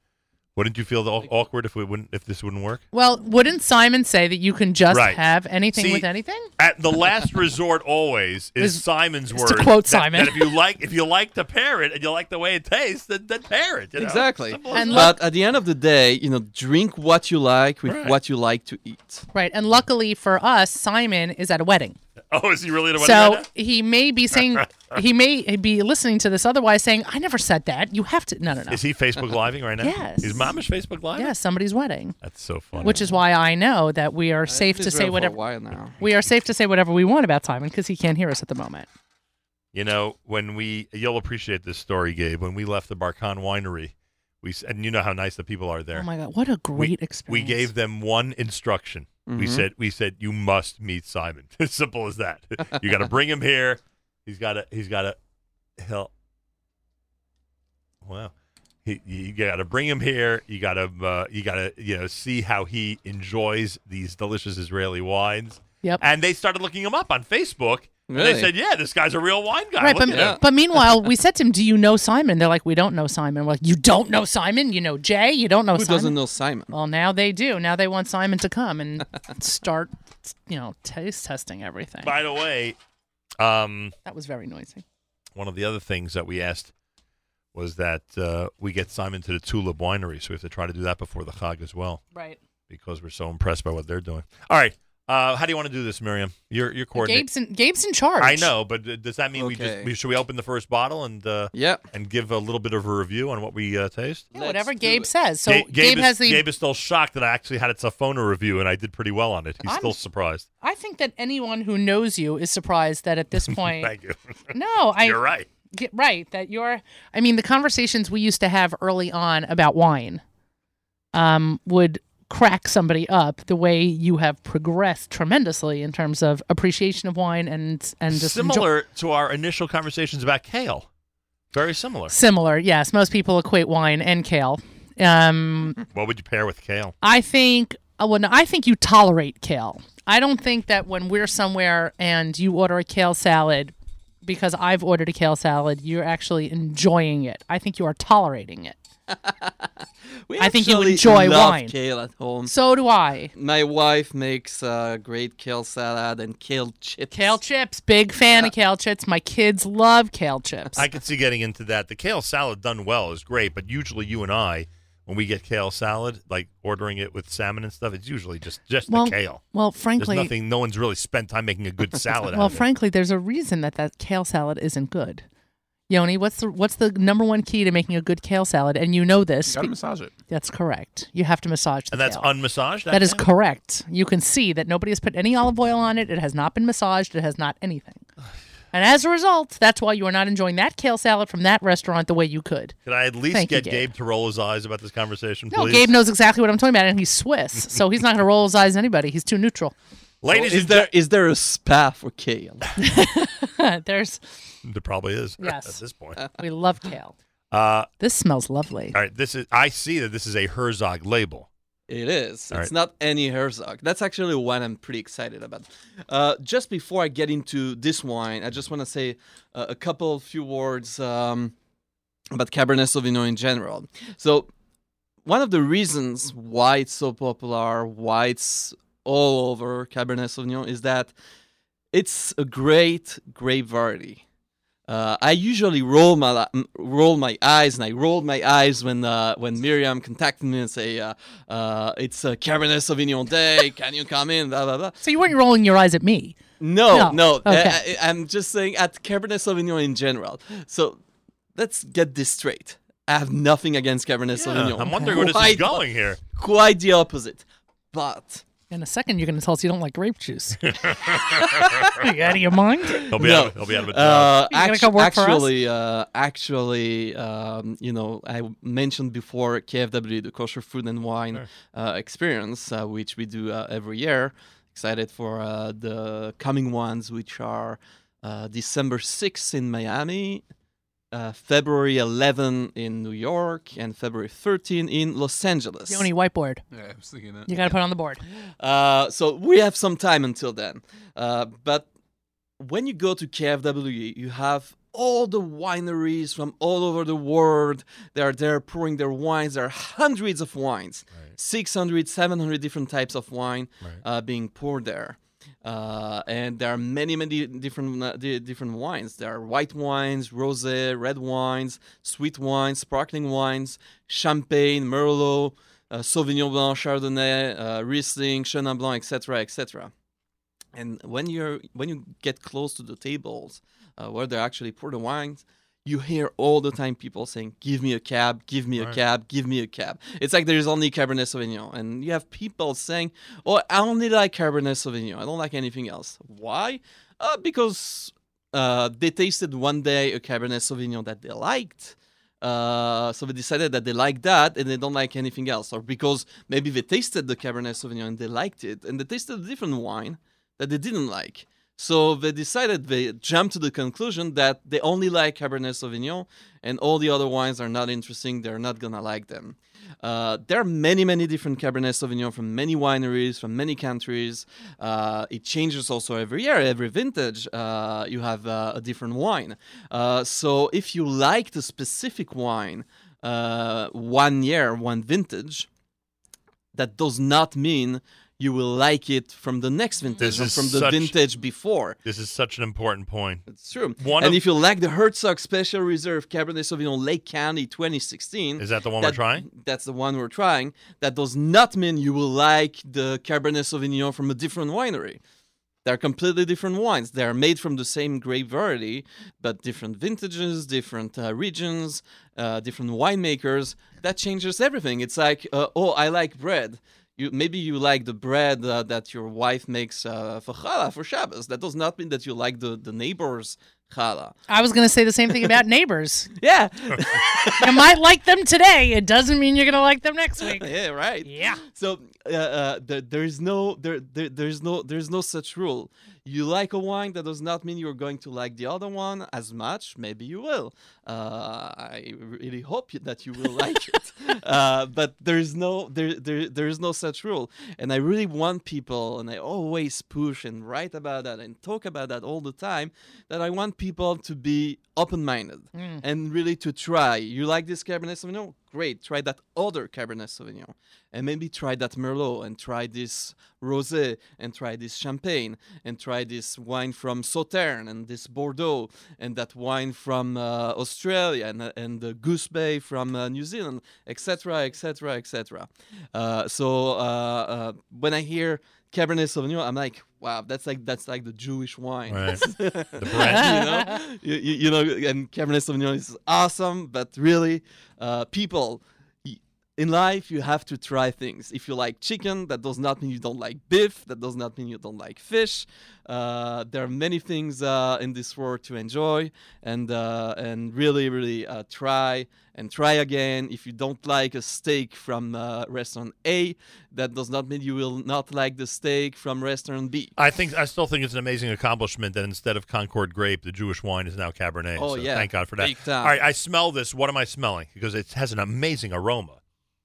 A: Wouldn't you feel the, awkward if we wouldn't if this wouldn't work?
B: Well, wouldn't Simon say that you can just
A: Right.
B: have anything
A: See,
B: with anything?
A: At the last resort, always is,
B: Is-
A: Simon's
B: is
A: word.
B: to quote
A: that-
B: Simon.
A: that if you like if you like to pair it and you like the way it tastes, then, then pair it. you know?
D: Exactly.
A: Simple as
B: And
A: that.
D: But at the end of the day, you know, drink what you like with
A: Right.
D: what you like to eat.
B: Right. And luckily for us, Simon is at a wedding.
A: oh, is he really the one? who
B: So
A: did that?
B: he may be saying, he may be listening to this otherwise saying, I never said that. You have to. No, no, no.
A: is he Facebook living right now?
B: Yes.
A: Is Mamish Facebook live?
B: Yeah, somebody's wedding,
A: That's so funny.
B: which is why I know that we are safe
D: I've
B: to
D: been
B: say
D: around for
B: whatever.
D: A while now.
B: We are safe to say whatever we want about Simon because he can't hear us at the moment.
A: You know, when we, you'll appreciate this story, Gabe. When we left the Barkhan Winery, we s- and you know how nice the people are there.
B: Oh my God, what a great
A: we
B: experience! Mm-hmm.
A: gave them one instruction. We
D: Mhm.
A: said, we said, you must meet Simon. As simple as that. You got to bring him here. He's got to, he's got to, he'll. Wow. He, you got to bring him here. You got to, uh, you got to, you know, see how he enjoys these delicious Israeli wines.
B: Yep.
A: And they started looking him up on Facebook. And they
D: Really?
A: said, yeah, this guy's a real wine guy.
B: Right,
A: Look
B: but,
A: at him.
D: Yeah.
B: but meanwhile, we said to him, "Do you know Simon?" They're like, "We don't know Simon." We're like, "You don't know Simon? You know Jay? You don't know
D: Who
B: Oh, Simon?"
D: doesn't know Simon?
B: Well, now they do. Now they want Simon to come and start, you know, taste testing everything.
A: By the way, um,
B: That was very noisy.
A: one of the other things that we asked was that uh, we get Simon to the Tulip Winery, so we have to try to do that before the Chag as well
B: Right.
A: because we're so impressed by what they're doing. All right, uh, how do you want to do this, Miriam? You're you're coordinating.
B: Gabe's in, Gabe's in charge.
A: I know, but uh, does that mean we just
D: Okay.
A: we, should we open the first bottle and uh,
D: Yeah.
A: and give a little bit of a review on what we uh, taste?
B: Yeah,
D: Let's
B: whatever
D: do
B: Gabe
D: it.
B: says. So
A: Ga-
B: Gabe,
A: is,
B: has the.
A: Gabe is still shocked that I actually had a Safona review and I did pretty well on it. He's
B: I'm-
A: still surprised.
B: I think that anyone who knows you is surprised that at this point.
A: Thank you.
B: no, I
A: You're right.
B: get right that you're i mean the conversations we used to have early on about wine um would crack somebody up the way you have progressed tremendously in terms of appreciation of wine and and just enjoy-
A: similar to our initial conversations about kale. Very similar.
B: similar yes most people equate wine and kale um
A: What would you pair with kale?
B: I think uh, well, no, I think you tolerate kale. I don't think that when we're somewhere and you order a kale salad because I've ordered a kale salad, you're actually enjoying it. I think you are tolerating it.
D: We
B: I think you
D: actually
B: enjoy
D: love
B: wine.
D: kale at home.
B: So do I.
D: My wife makes uh, great kale salad and kale chips.
B: Kale chips, big fan of kale chips. My kids love kale chips.
A: I could see getting into that. The kale salad done well is great, but usually you and I, when we get kale salad, like ordering it with salmon and stuff, it's usually just just
B: well,
A: the kale.
B: well,
A: There's
B: frankly,
A: nothing. No one's really spent time making a good salad. out
B: well,
A: of it.
B: frankly, there's a reason that that kale salad isn't good. Yoni, what's the what's the number one key to making a good kale salad? And you know this.
C: Gotta
B: be-
C: massage it.
B: that's correct. You have to massage the
A: and that's
B: kale.
A: unmassaged.
B: That is
A: kale?
B: correct. You can see that nobody has put any olive oil on it. It has not been massaged. It has not anything. And as a result, that's why you are not enjoying that kale salad from that restaurant the way you could.
A: Could I at least
B: Thank you,
A: get Gabe.
B: Gabe.
A: to roll his eyes about this conversation,
B: No,
A: please?
B: Gabe knows exactly what I'm talking about, and he's Swiss, so he's not going to roll his eyes at anybody. He's too neutral.
D: Oh,
A: Ladies,
D: is
A: and
D: there is there a spa for kale?
B: There's,
A: gen- there probably is.
B: Yes.
A: At this point,
B: we love kale.
A: uh,
B: This smells lovely.
A: all right. This is. I see that this is a Herzog label.
D: It is.
A: All
D: it's
A: right.
D: not any Herzog. That's actually one I'm pretty excited about. Uh, just before I get into this wine, I just want to say uh, a couple few words um, about Cabernet Sauvignon in general. So, one of the reasons why it's so popular, why it's all over Cabernet Sauvignon, is that it's a great grape variety. Uh, I usually roll my li- m- roll my eyes, and I rolled my eyes when uh, when Miriam contacted me and say, uh, uh, "It's uh, Cabernet Sauvignon Day. Can you come in?" Blah blah blah.
B: So you weren't rolling your eyes at me.
D: No,
B: No,
D: no.
B: okay.
D: I, am just saying at Cabernet Sauvignon in general. So let's get this straight. I have nothing against Cabernet
A: Yeah,
D: Sauvignon.
A: I'm wondering where this is
D: Quite-
A: going here.
D: Quite the opposite. But
B: In a second, you're going to tell us you don't like grape juice. Are you out of your mind?
A: He'll be
D: No.
A: out. Of, he'll be out of a job.
D: Uh,
B: You gonna
D: actu-
B: come work for us?
D: actually, uh, actually, um, you know, I w- mentioned before KFW, the Kosher Food and Wine uh, Experience, uh, which we do uh, every year. Excited for uh, the coming ones, which are uh, December 6th in Miami, uh, February 11 in New York, and February 13 in Los Angeles.
B: Yoni, whiteboard.
C: Yeah, I was thinking that.
B: You got to put it on the board.
D: Uh, so we have some time until then. Uh, but when you go to KFW, you have all the wineries from all over the world. They are there pouring their wines. There are hundreds of wines,
A: Right.
D: 600, 700 different types of wine
A: Right.
D: uh, being poured there. Uh, and there are many, many different uh, di- different wines. There are white wines, rosé, red wines, sweet wines, sparkling wines, champagne, merlot, uh, sauvignon blanc, chardonnay, uh, riesling, chenin blanc, etc., etc. And when you're when you get close to the tables uh, where they actually pour the wines, you hear all the time people saying, "Give me a cab, give me a
A: Right.
D: cab, give me a cab." It's like there's only Cabernet Sauvignon, and you have people saying, "Oh, I only like Cabernet Sauvignon. I don't like anything else." Why? Uh, because uh, they tasted one day a Cabernet Sauvignon that they liked. Uh, so they decided that they like that and they don't like anything else, or because maybe they tasted the Cabernet Sauvignon and they liked it, and they tasted a different wine that they didn't like. So they decided they jumped to the conclusion that they only like Cabernet Sauvignon, and all the other wines are not interesting. They're not gonna like them. Uh, there are many, many different Cabernet Sauvignon from many wineries, from many countries. Uh, it changes also every year, every vintage. Uh, you have uh, a different wine. Uh, so if you like the specific wine, uh, one year, one vintage, that does not mean you will like it from the next vintage
A: This
D: or
A: is
D: from the
A: such-
D: vintage before.
A: This is such an important point.
D: It's true.
A: One
D: and
A: of-
D: if you like the Herzog Special Reserve Cabernet Sauvignon Lake County 2016,
A: Is that the one we're
D: that-
A: trying?
D: That's the one we're trying. That does not mean you will like the Cabernet Sauvignon from a different winery. They're completely different wines. They are made from the same grape variety, but different vintages, different uh, regions, uh, different winemakers. That changes everything. It's like, uh, oh, I like bread. You, maybe you like the bread uh, that your wife makes uh, for challah, for Shabbos. That does not mean that you like the, the neighbor's challah.
B: I was going to say the same thing about neighbors.
D: Yeah.
B: You might like them today. It doesn't mean you're going to like them next week.
D: yeah, right.
B: Yeah.
D: So uh, uh, there, there is no there, there there's no there's no such rule. You like a wine that does not mean you're going to like the other one as much. Maybe you will. Uh, I really hope you- that you will like it. Uh, but there is no there, there there is no such rule. And I really want people, and I always push and write about that and talk about that all the time. That I want people to be open-minded and really to try. You like this Cabernet Sauvignon? Great. Try that other Cabernet Sauvignon. And maybe try that Merlot and try this Rosé and try this Champagne and try this wine from Sauternes and this Bordeaux and that wine from uh, Australia and, uh, and the Goose Bay from uh, New Zealand, etc., etc., etc. Uh, So uh, uh, when I hear Cabernet Sauvignon, I'm like, wow, that's like that's like the Jewish wine
A: Right. the brand.
D: you know, you, you, you know, and Cabernet Sauvignon is awesome, but really, uh, people. y- In life, you have to try things. If you like chicken, that does not mean you don't like beef. That does not mean you don't like fish. Uh, there are many things uh, in this world to enjoy, and uh, and really, really uh, try and try again. If you don't like a steak from uh, restaurant A, that does not mean you will not like the steak from restaurant B.
A: I think I still think it's an amazing accomplishment that instead of Concord grape, the Jewish wine is now Cabernet.
D: Oh,
A: so
D: yeah.
A: thank God for that.
D: Big time.
A: All right, I smell this. What am I smelling? Because it has an amazing aroma.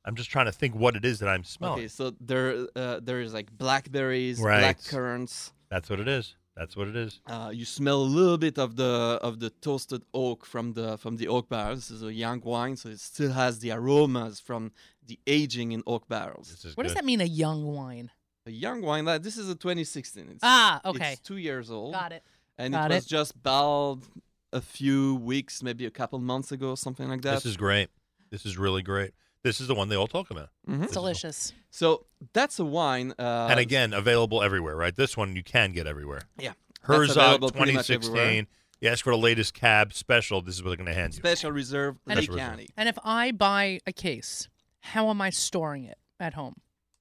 A: I'm just trying to think what it is that I'm smelling.
D: Okay, so there uh, there is like blackberries,
A: Right.
D: black currants.
A: That's what it is. That's what it is.
D: Uh, you smell a little bit of the of the toasted oak from the from the oak barrel. This is a young wine, so it still has the aromas from the aging in oak barrels.
A: This is
B: What does
A: good.
B: that mean, a young wine?
D: A young wine, like, this is a 2016. It's,
B: Ah, okay.
D: It's two years old.
B: Got it.
D: And
B: Got
D: it was
B: it.
D: just barreled a few weeks, maybe a couple months ago, something like that.
A: This is great. This is really great. This is the one they all talk about.
D: Mhm.
A: This is-
B: Delicious.
D: so that's a wine. Uh,
A: and again, available everywhere, right? This one you can get everywhere.
D: Yeah. That's
A: Herzog
D: available pretty much
A: 2016. You ask for the latest cab special. This is what they're going to hand you.
D: special reserve
B: And
D: Lake
A: Special reserve.
D: County.
B: And if I buy a case, how am I storing it at home?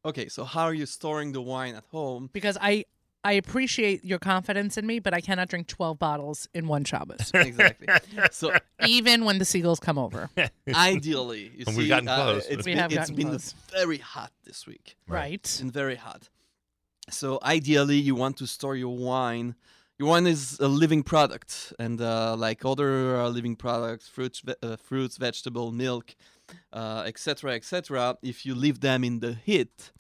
D: Okay, so how are you storing the wine at home?
B: because I I appreciate your confidence in me, but I cannot drink twelve bottles in one Shabbos,
D: Exactly. so
B: even when the seagulls come over. right?
D: ideally, you
A: And
D: see,
A: we've gotten
D: uh,
A: close.
D: it's
B: We
D: been,
B: have
D: it's
B: gotten
D: been
B: close.
D: very hot this week. It's been very hot. So ideally, you want to store your wine. Your wine is a living product, and uh, like other uh, living products, fruits, ve- uh, fruits, vegetable, milk, uh, etc., etc. If you leave them in the heat,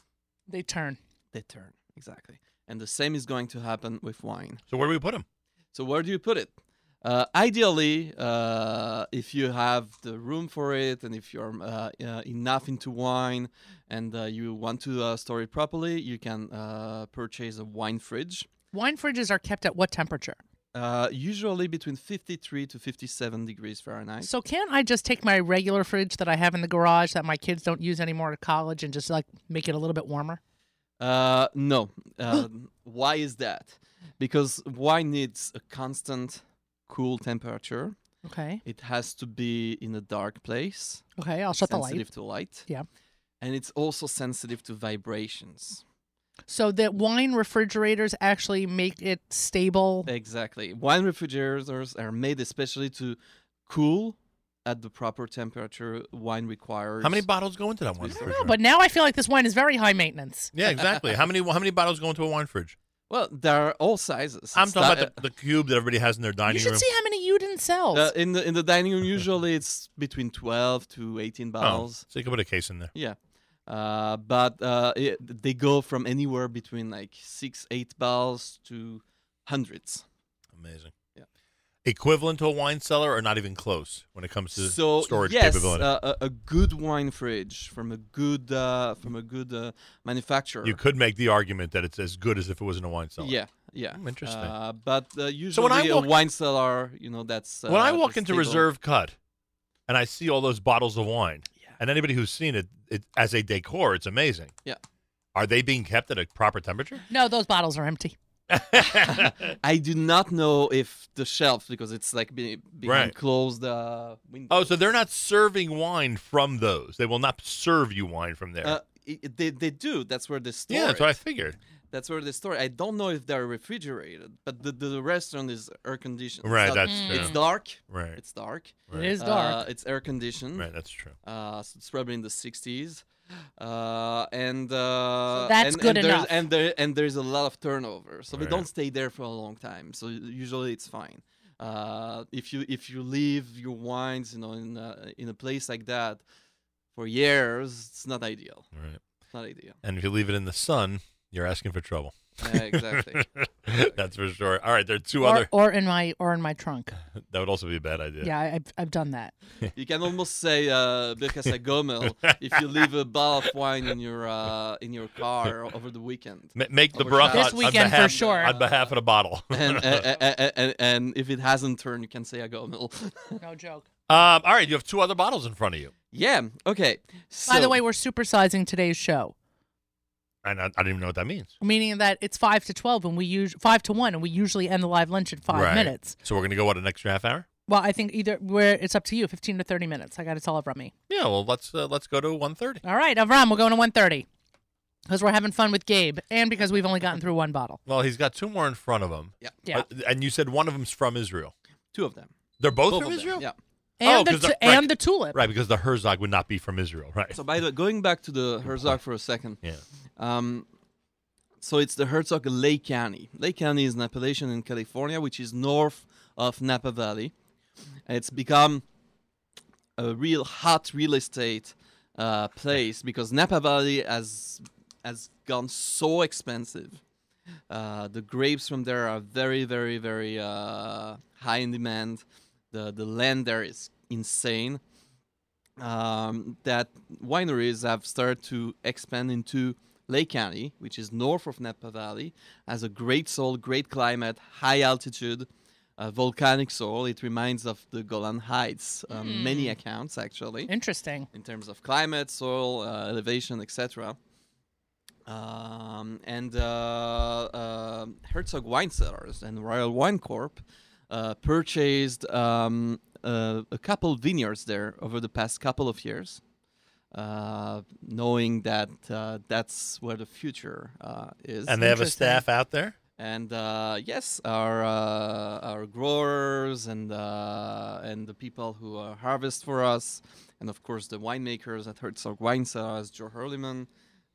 B: They turn.
D: they turn exactly. And the same is going to happen with wine.
A: So where do we put them?
D: So where do you put it? Uh, ideally, uh, if you have the room for it, and if you're uh, uh, enough into wine, and uh, you want to uh, store it properly, you can uh, purchase a wine fridge.
B: Wine fridges are kept at what temperature?
D: Uh, usually between 53 to 57 degrees Fahrenheit.
B: So can't I just take my regular fridge that I have in the garage that my kids don't use anymore at college and just like make it a little bit warmer?
D: Uh, no. Um why is that? Because wine needs a constant cool temperature.
B: Okay.
D: It has to be in a dark place.
B: Okay. I'll shut the light.
D: sensitive to light.
B: Yeah.
D: And it's also sensitive to vibrations.
B: So that wine refrigerators actually make it stable.
D: Exactly. Wine refrigerators are made especially to cool at the proper temperature wine requires.
A: How many bottles go into that one?
B: I don't know, but now I feel like this wine is very high maintenance.
A: yeah, exactly. How many how many bottles go into a wine fridge?
D: well, there are all sizes.
A: I'm
D: It's uh,
A: talking
D: not-
A: about the, the cube that everybody has in their
B: You
A: dining
B: should
A: room.
B: see how many you didn't sell.
D: uh, in the in the dining room usually it's between 12 to 18
A: oh,
D: bottles.
A: so you can put a case in there.
D: Yeah. Uh, but uh, it, they go from anywhere between like 6 8 bottles to hundreds.
A: Amazing.
D: Yeah.
A: Equivalent to a wine cellar or not even close when it comes to
D: so
A: storage
D: yes,
A: capability.
D: Uh, a, a good wine fridge from a good uh, from a good uh, manufacturer.
A: you could make the argument that it's as good as if it wasn't a wine cellar.
D: Yeah, yeah.
A: Hmm, interesting.
D: Uh, but uh, usually
A: when I walk-
D: a wine cellar, you know, that's uh,
A: when I walk
D: the
A: into
D: stable-
A: Reserve Cut and I see all those bottles of wine,
D: Yeah.
A: and anybody who's seen it, it as a decor, it's amazing.
D: Yeah.
A: Are they being kept at a proper temperature?
B: no, those bottles are empty.
D: I do not know if the shelf because it's like be, behind
A: Right.
D: closed uh, windows.
A: Oh, so they're not serving wine from those. They will not serve you wine from there.
D: Uh, i- i- they they do. That's where they store.
A: yeah, that's what I
D: it.
A: figured.
D: That's where they store. it. I don't know if they're refrigerated, but the, the restaurant is air conditioned.
A: Right,
D: It's, not-
A: that's
B: Mm.
A: true.
D: hmm. it's dark.
A: right.
D: It's dark.
A: right.
B: It is dark.
D: Uh, it's air conditioned.
A: Right, that's true.
D: Uh, so it's probably in the 60s. Uh, and uh,
B: So that's
D: and,
B: good
D: and there's,
B: enough.
D: And there and there's a lot of turnover, so we
A: Right.
D: don't stay there for a long time. So usually it's fine. Uh, if you if you leave your wines, you know, in a, in a place like that for years, it's not ideal.
A: All right.
D: It's not ideal.
A: And if you leave it in the sun, you're asking for trouble.
D: Uh, exactly.
A: that's for sure. All right, there are two
B: or,
A: other.
B: or in my or in my trunk.
A: That would also be a bad idea.
B: Yeah, I, I've I've done that.
D: you can almost say uh, Birkasa Gomel if you leave a bottle of wine in your uh, in your car over the weekend.
A: Ma- make the
D: Or
A: bracha
D: This
A: on
B: weekend for
A: behalf,
B: sure.
A: on behalf of the bottle.
D: and, uh, and, and, and if it hasn't turned, you can say a gomel.
B: No joke.
A: Um, all right, you have two other bottles in front of you.
D: yeah. Okay. So,
B: By the way, we're supersizing today's show,
A: And I, I don't even know what that means.
B: meaning that it's five to twelve, and we use five to one, and we usually end the live lunch at five
A: Right.
B: minutes.
A: So we're going to go, what, an extra half hour?
B: Well, I think either where it's up to you, fifteen to thirty minutes. I got to tell Avrami.
A: Yeah, well, let's uh, let's go to 1.30.
B: All right, Avram, we're going to one thirty because we're having fun with Gabe, and because we've only gotten through one bottle.
A: Well, he's got two more in front of him.
D: Yeah.
B: Yeah.
A: Uh, and you said one of them's from Israel.
D: two of them.
A: They're both,
D: Both
A: from
D: of
A: Israel?
D: Them. Yeah.
B: And
A: Oh,
B: the
A: 'cause the-
B: tu-
A: right.
B: and the tulip.
A: Right, because the Herzog would not be from Israel, right?
D: So by the way, going back to the Herzog for a second.
A: yeah.
D: Um, so it's the Herzog of Lake County. Lake County is an appellation in California, which is north of Napa Valley. And It's become a real hot real estate uh, place because Napa Valley has has gone so expensive. Uh, the grapes from there are very, very, very uh, high in demand. The the land there is insane. Um, that wineries have started to expand into Lake County, which is north of Napa Valley, has a great soil, great climate, high altitude, uh, volcanic soil. It reminds of the Golan Heights on many accounts, actually
B: Interesting.
D: in terms of climate, soil, uh, elevation, etc. Um, and uh, uh, Herzog Wine Cellars and Royal Wine Corp uh, purchased um, uh, a couple vineyards there over the past couple of years. uh, knowing that uh, that's where the future uh, is.
A: And they have a
B: Interesting.
A: staff out there.
D: And uh, yes, our uh, our growers and uh, and the people who uh, harvest for us, and of course the winemakers at Herzog Weinsaas, Joe Hurliman,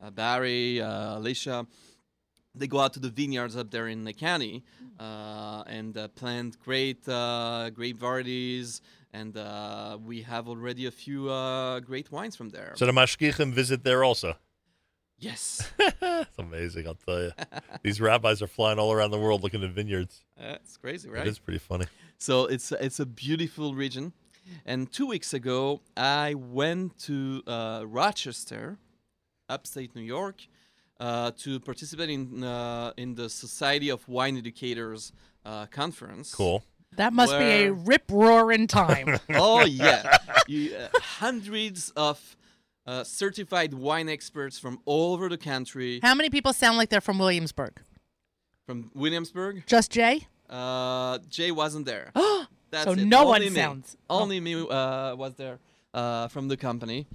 D: uh, Barry, uh, Alicia, they go out to the vineyards up there in the county uh, and uh, plant great uh, grape varieties. And uh, we have already a few uh, great wines from there.
A: So the mashgichim visit there also.
D: yes,
A: It's amazing, I'll tell you. These rabbis are flying all around the world looking at vineyards.
D: it's crazy, right?
A: It is pretty funny.
D: So it's it's a beautiful region. And two weeks ago, I went to uh, Rochester, upstate New York, uh, to participate in uh, in the Society of Wine Educators uh, conference.
A: Cool.
B: That must be a
D: Where-
B: rip roaring time.
D: Oh yeah, you, uh, hundreds of uh, certified wine experts from all over the country,
B: How many people sound like they're from Williamsburg?
D: from Williamsburg.
B: Just Jay?
D: Uh, Jay wasn't there. That's
B: So
D: it.
B: no
D: Only
B: one
D: me.
B: sounds- oh.
D: Only me uh, was there uh, from the company.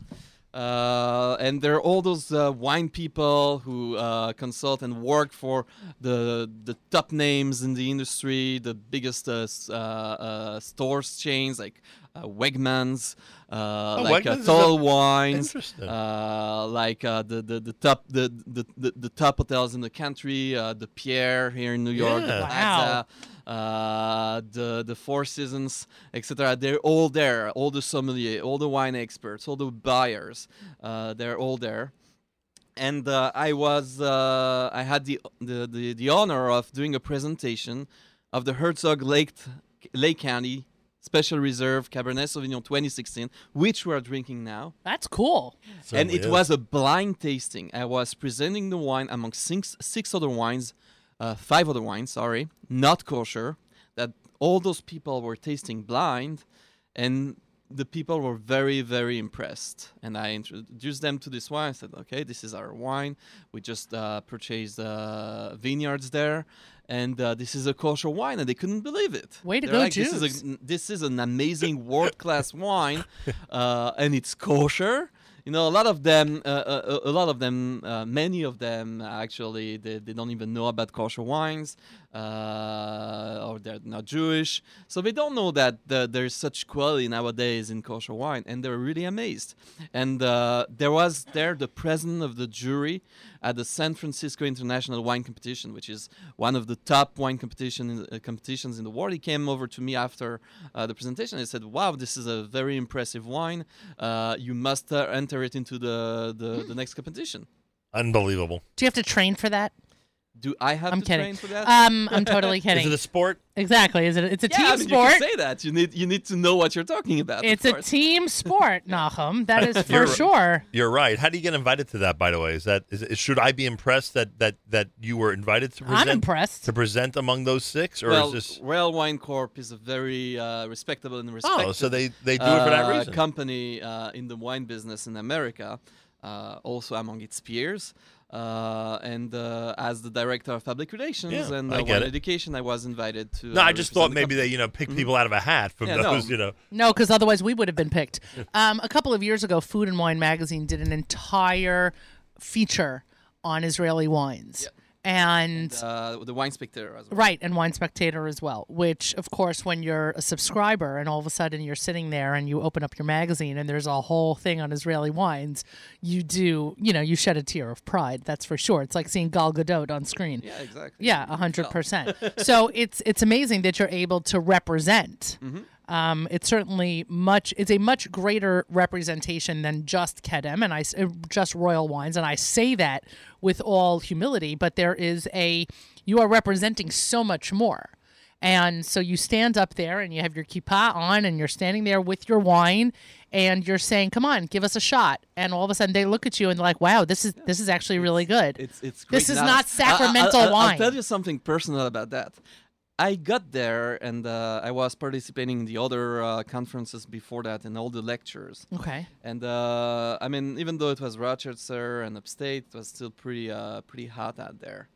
D: Uh, and there are all those uh, wine people who uh, consult and work for the the top names in the industry, the biggest uh, s- uh, uh, stores chains like uh, Wegmans, uh,
A: Oh,
D: like
A: Wegmans
D: uh,
A: is a-
D: Total Wines,
A: Interesting.
D: uh, like uh, the, the the top the, the, the, the top hotels in the country, uh, the Pierre here in New York,
A: Yeah.
D: the Plaza, uh, the the Four Seasons, etc. They're all there. All the sommelier, all the wine experts, all the buyers. Uh, they're all there. And uh, I was uh, I had the, the the the honor of doing a presentation of the Herzog Lake Lake County Special Reserve Cabernet Sauvignon 2016, which we are drinking now
B: That's cool.
A: Certainly
D: and it
A: is.
D: was a blind tasting. I was presenting the wine among six six other wines, uh, five other wines, sorry, not kosher. That all those people were tasting blind, and the people were very very impressed. And I introduced them to this wine. I said, okay, this is our wine. We just uh, purchased uh, vineyards there. And uh, this is a kosher wine, and they couldn't believe it.
B: Way to
D: They're
B: go,
D: like, This is
B: Jews."
D: a n- this is an amazing world class wine, uh, and it's kosher. You know, a lot of them, uh, uh, a lot of them, uh, many of them actually, they, they don't even know about kosher wines, uh, or they're not Jewish, so they don't know that uh, there's such quality nowadays in kosher wine, and they're really amazed. And uh, there was there the president of the jury at the San Francisco International Wine Competition, which is one of the top wine competition in, uh, competitions in the world. He came over to me after uh, the presentation and said, "Wow, this is a very impressive wine. Uh, you must uh, enter it into the the, the next competition."
A: Unbelievable.
B: Do you have to train for that?
D: Do I have
B: I'm
D: to
B: kidding.
D: train for that?
B: Um, I'm totally
A: Is
B: kidding.
A: it a sport?
B: exactly. Is it? It's a
D: yeah,
B: team
D: I mean,
B: sport.
D: you can say that. You need you need to know what you're talking about.
B: it's
D: of
B: a
D: course.
B: team sport, Nahum. That is for
A: You're-
B: sure.
A: You're right. How do you get invited to that? By the way, is that is it, should I be impressed that that that you were invited to present
B: I'm impressed.
A: to present among those six, or
D: well,
A: is this?
D: Royal Wine Corp is a very uh, respectable and respected.
A: Oh, so they they do it for that
D: uh,
A: reason.
D: Company uh, in the wine business in America, uh, also among its peers. Uh, and uh, as the director of public relations
A: Yeah,
D: and
A: I
D: uh,
A: get
D: wine
A: it.
D: education, I was invited to.
A: no,
D: uh,
A: I just thought
D: represent the
A: maybe they you know pick people out of a hat from
D: Mm-hmm. Yeah, no.
A: those you know.
B: No, because otherwise we would have been picked. Um, a couple of years ago, Food and Wine magazine did an entire feature on Israeli wines, and
D: company, uh, the wine spectator as well.
B: Right, and Wine Spectator as well, which, of course, when you're a subscriber and all of a sudden you're sitting there and you open up your magazine and there's a whole thing on Israeli wines, you do, you know, you shed a tear of pride. That's for sure. It's like seeing Gal Gadot on screen.
D: Yeah, exactly.
B: Yeah, a hundred percent. So it's it's amazing that you're able to represent. Um, it's certainly much. It's a much greater representation than just Kedem and I s- uh, just Royal Wines, and I say that with all humility. But there is a you are representing so much more. And so you stand up there and you have your kippah on and you're standing there with your wine and you're saying, "Come on, give us a shot." And all of a sudden they look at you and they're like, "Wow, this is this is actually really good."
D: It's it's
B: This
D: great
B: is
D: now.
B: not sacramental
D: I, I, I,
B: wine.
D: I'll tell you something personal about that. I got there and uh, I was participating in the other uh, conferences before that and all the lectures.
B: okay.
D: And uh, I mean, even though it was Rochester and upstate, it was still pretty uh, pretty hot out there.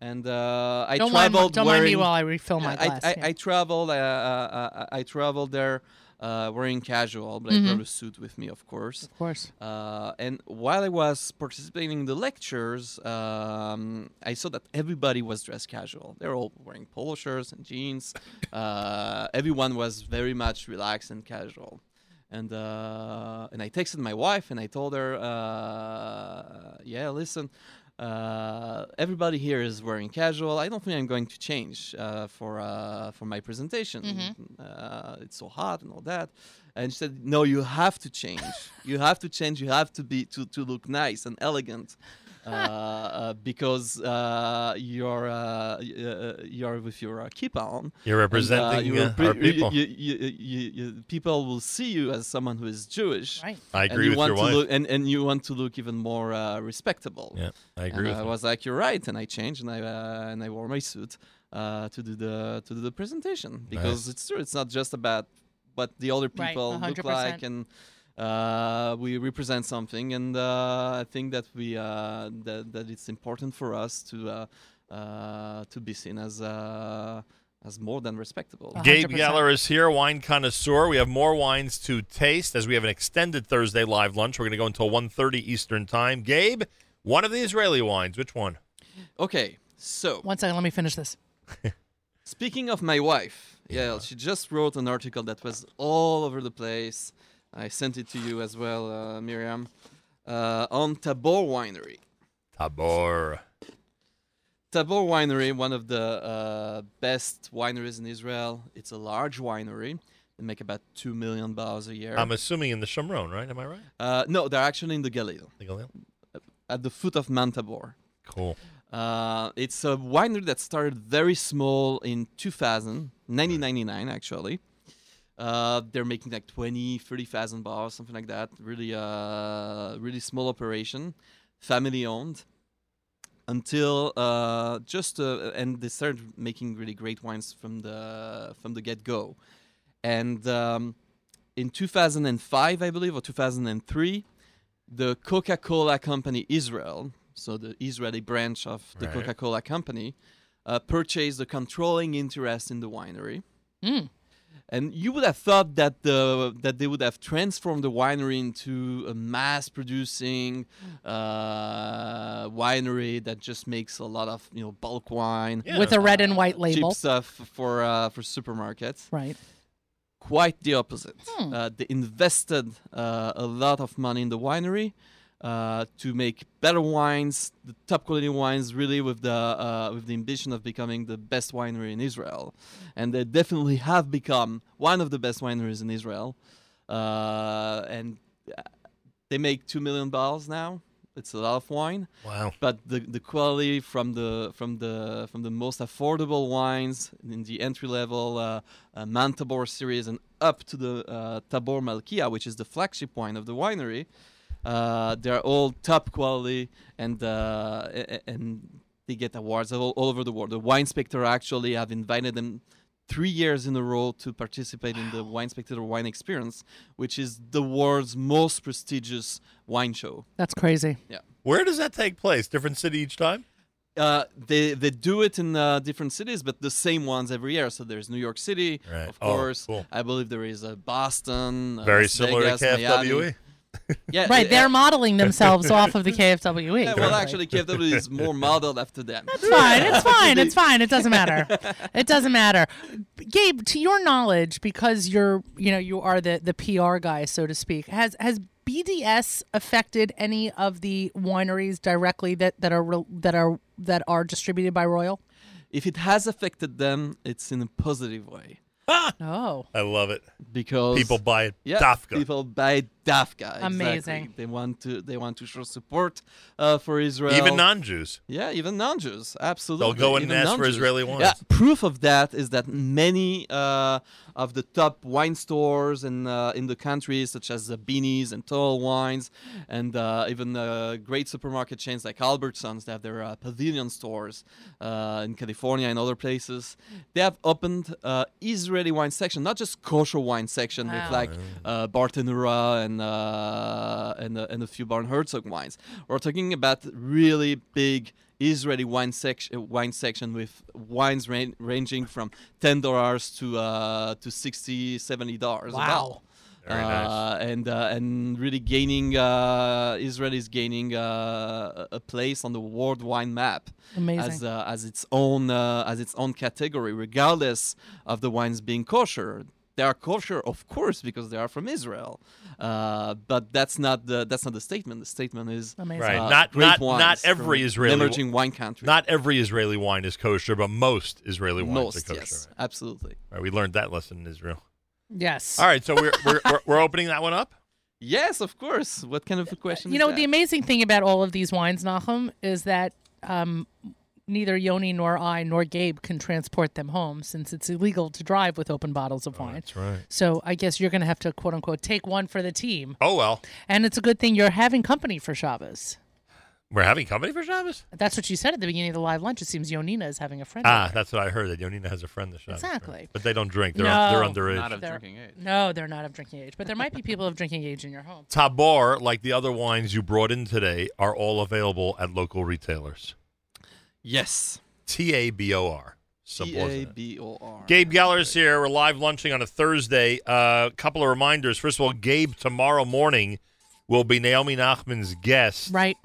D: And uh, I
B: don't mind,
D: traveled.
B: don't
D: wearing,
B: mind me while I refill my
D: I,
B: glass.
D: I,
B: yeah.
D: I traveled. Uh, uh, uh, I traveled there uh, wearing casual, but I brought a suit with me, of course.
B: Mm-hmm. Of course.
D: Uh, and while I was participating in the lectures, um, I saw that everybody was dressed casual. They're all wearing polo shirts and jeans. Uh, everyone was very much relaxed and casual. And uh, and I texted my wife and I told her, uh, yeah, listen, uh, everybody here is wearing casual. I don't think I'm going to change uh, for uh, for my presentation. Uh, it's so hot and all that. And she said, "No, you have to change. you have to change. You have to be to, to look nice and elegant, uh, uh, because uh, you're uh, y- uh, you're with your uh, keep on.
A: You're
D: and,
A: representing
D: you will
A: uh,
D: pre-
A: our people.
D: You, you, you, you, you, people will see you as someone who is Jewish.
B: Right.
A: I agree
D: and you
A: with
D: want
A: your
D: to
A: wife.
D: Look, and, and you want to look even more uh, respectable.
A: yeah, I
D: And
A: agree with
D: Uh, I
A: you.
D: was like, "You're right," and I changed and I uh, and I wore my suit uh, to do the to do the presentation because it's true. It's not just about what the other
B: Right,
D: people look
B: 100%.
D: like, and uh, we represent something. And uh, I think that we uh, that that it's important for us to uh, uh, to be seen as uh, as more than respectable.
B: Uh-huh.
A: Gabe
B: 100%.
A: Galler is here, wine connoisseur. We have more wines to taste as we have an extended Thursday live lunch. We're going to go until 1.30 Eastern time. Gabe, one of the Israeli wines. Which one?
D: Okay, so
B: One second. Let me finish this.
D: Speaking of my wife, yeah. she just wrote an article that was all over the place. I sent it to you as well, uh, Miriam, uh, on Tabor Winery.
A: Tabor.
D: Tabor Winery, one of the uh, best wineries in Israel. It's a large winery. They make about two million barrels a year.
A: I'm assuming in the Shamron, right? Am I right?
D: uh, no, they're actually in the Galil,
A: The Galil?
D: at the foot of Mount Tabor.
A: Cool.
D: Uh, it's a winery that started very small in 2000, 1999 actually. Uh, they're making like 20, 30,000 bars, something like that. Really, uh, really small operation, family owned. Until uh, just uh, and they started making really great wines from the from the get go, and um, in 2005, I believe, or 2003, the Coca Cola Company Israel, so the Israeli branch of the
A: Right.
D: Coca Cola Company, uh, purchased the controlling interest in the winery.
B: Mm.
D: And you would have thought that the that they would have transformed the winery into a mass-producing uh, winery that just makes a lot of you know bulk wine,
A: Yeah.
B: With a red and white
D: uh,
B: label.
D: cheap stuff for uh, for supermarkets
B: Right.
D: quite the opposite.
B: Hmm.
D: Uh, they invested uh, a lot of money in the winery uh, to make better wines, the top quality wines, really with the uh, with the ambition of becoming the best winery in Israel, and they definitely have become one of the best wineries in Israel, uh, and uh, they make two million barrels now. It's a lot of wine
A: Wow.
D: but the, the quality from the from the from the most affordable wines in the entry level uh, uh, Mount Tabor series and up to the uh, Tabor Malkia, which is the flagship wine of the winery, uh, they are all top quality and uh, a- a- and they get awards all, all over the world. The Wine Spectator actually have invited them three years in a row to participate in the Wine Spectator Wine Experience, which is the world's most prestigious wine show.
B: That's crazy.
A: Where does that take place? Different city each time?
D: Uh, they they do it in uh, different cities, but the same ones every year. So there's New York City,
A: Right.
D: of
A: Oh,
D: course.
A: cool.
D: I believe there is uh, Boston. uh,
A: Very
D: Las
A: similar
D: Vegas,
A: to
D: Miami.
A: KFWE.
D: Yeah,
B: Right.
D: uh,
B: They're modeling themselves off of the KFWE.
D: yeah, well,
B: frankly.
D: actually, KFW is more modeled after them.
B: E. It's fine. It's fine. It's fine. It doesn't matter. It doesn't matter. Gabe, to your knowledge, because you're you know you are the the PR guy, so to speak, has has BDS affected any of the wineries directly that that are re- that are that are distributed by Royal?
D: If it has affected them, it's in a positive way
B: Oh,
A: I love it.
D: because
A: People buy it.
D: Yeah,
A: Dafka.
D: people buy Dafka. exactly.
B: Amazing.
D: They want to they want to show support uh, for Israel.
A: Even non-Jews.
D: Yeah, even non-Jews, absolutely.
A: They'll go in
D: even
A: and ask for
D: non-Jews.
A: Israeli wines.
D: Yeah, proof of that is that many uh, of the top wine stores in uh, in the country, such as the Beanies and Total Wines, and uh, even uh, great supermarket chains like Albertsons, they have their uh, pavilion stores uh, in California and other places. They have opened uh, Israeli wine section, not just kosher wine section with
B: Wow.
D: like uh, Bartonura and and uh, and uh, and a few Baron Herzog wines. We're talking about really big Israeli wine section wine section with wines ran- ranging from ten dollars to uh, to 60 dollars.
B: Wow.
A: Very nice.
D: Uh, and uh, and really gaining uh, Israel is gaining uh, a a place on the world wine map as
B: Amazing.
D: uh, as its own uh, as its own category, regardless of the wines being kosher. They are kosher, of course, because they are from Israel. Uh, but that's not the that's not the statement. The statement is
B: Amazing.
A: Right.
D: uh,
A: Not-
D: great
A: not-
D: wines
A: not
D: from
A: every Israeli wi-
D: emerging wine country.
A: Not every Israeli wine is kosher, but most Israeli wines are
D: most,
A: kosher.
D: yes,
A: Right?
D: absolutely.
A: All right, we learned that lesson in Israel.
B: Yes.
A: All right, so we're we're, we're, we're opening that one up.
D: Yes, of course. What kind of a question?
B: You
D: is
B: know,
D: that?
B: the amazing thing about all of these wines, Nahum, is that um, neither Yoni nor I nor Gabe can transport them home since it's illegal to drive with open bottles of wine.
A: right.
B: So I guess you're going to have to quote unquote take one for the team.
A: Oh well,
B: And it's a good thing you're having company for Shabbos.
A: we're having company for Shabbos.
B: That's what you said at the beginning of the live lunch. It seems Yonina is having a friend.
A: Ah,
B: over.
A: that's what I heard. That Yonina has a friend this Shabbos. right?
B: Exactly.
A: But they don't drink. They're
B: No,
A: they're underage.
C: Not of
B: They're-
C: drinking age.
B: No, they're not of drinking age, but there might be people of drinking age in your home.
A: Tabor, like the other wines you brought in today, are all available at local retailers.
D: yes,
A: T A B O R.
D: T
A: Simple as
D: A
A: that.
D: B O R.
A: Gabe Geller's here. We're live lunching on a Thursday. A couple of reminders. First of all, Gabe tomorrow morning will be Naomi Nachman's guest
B: Right.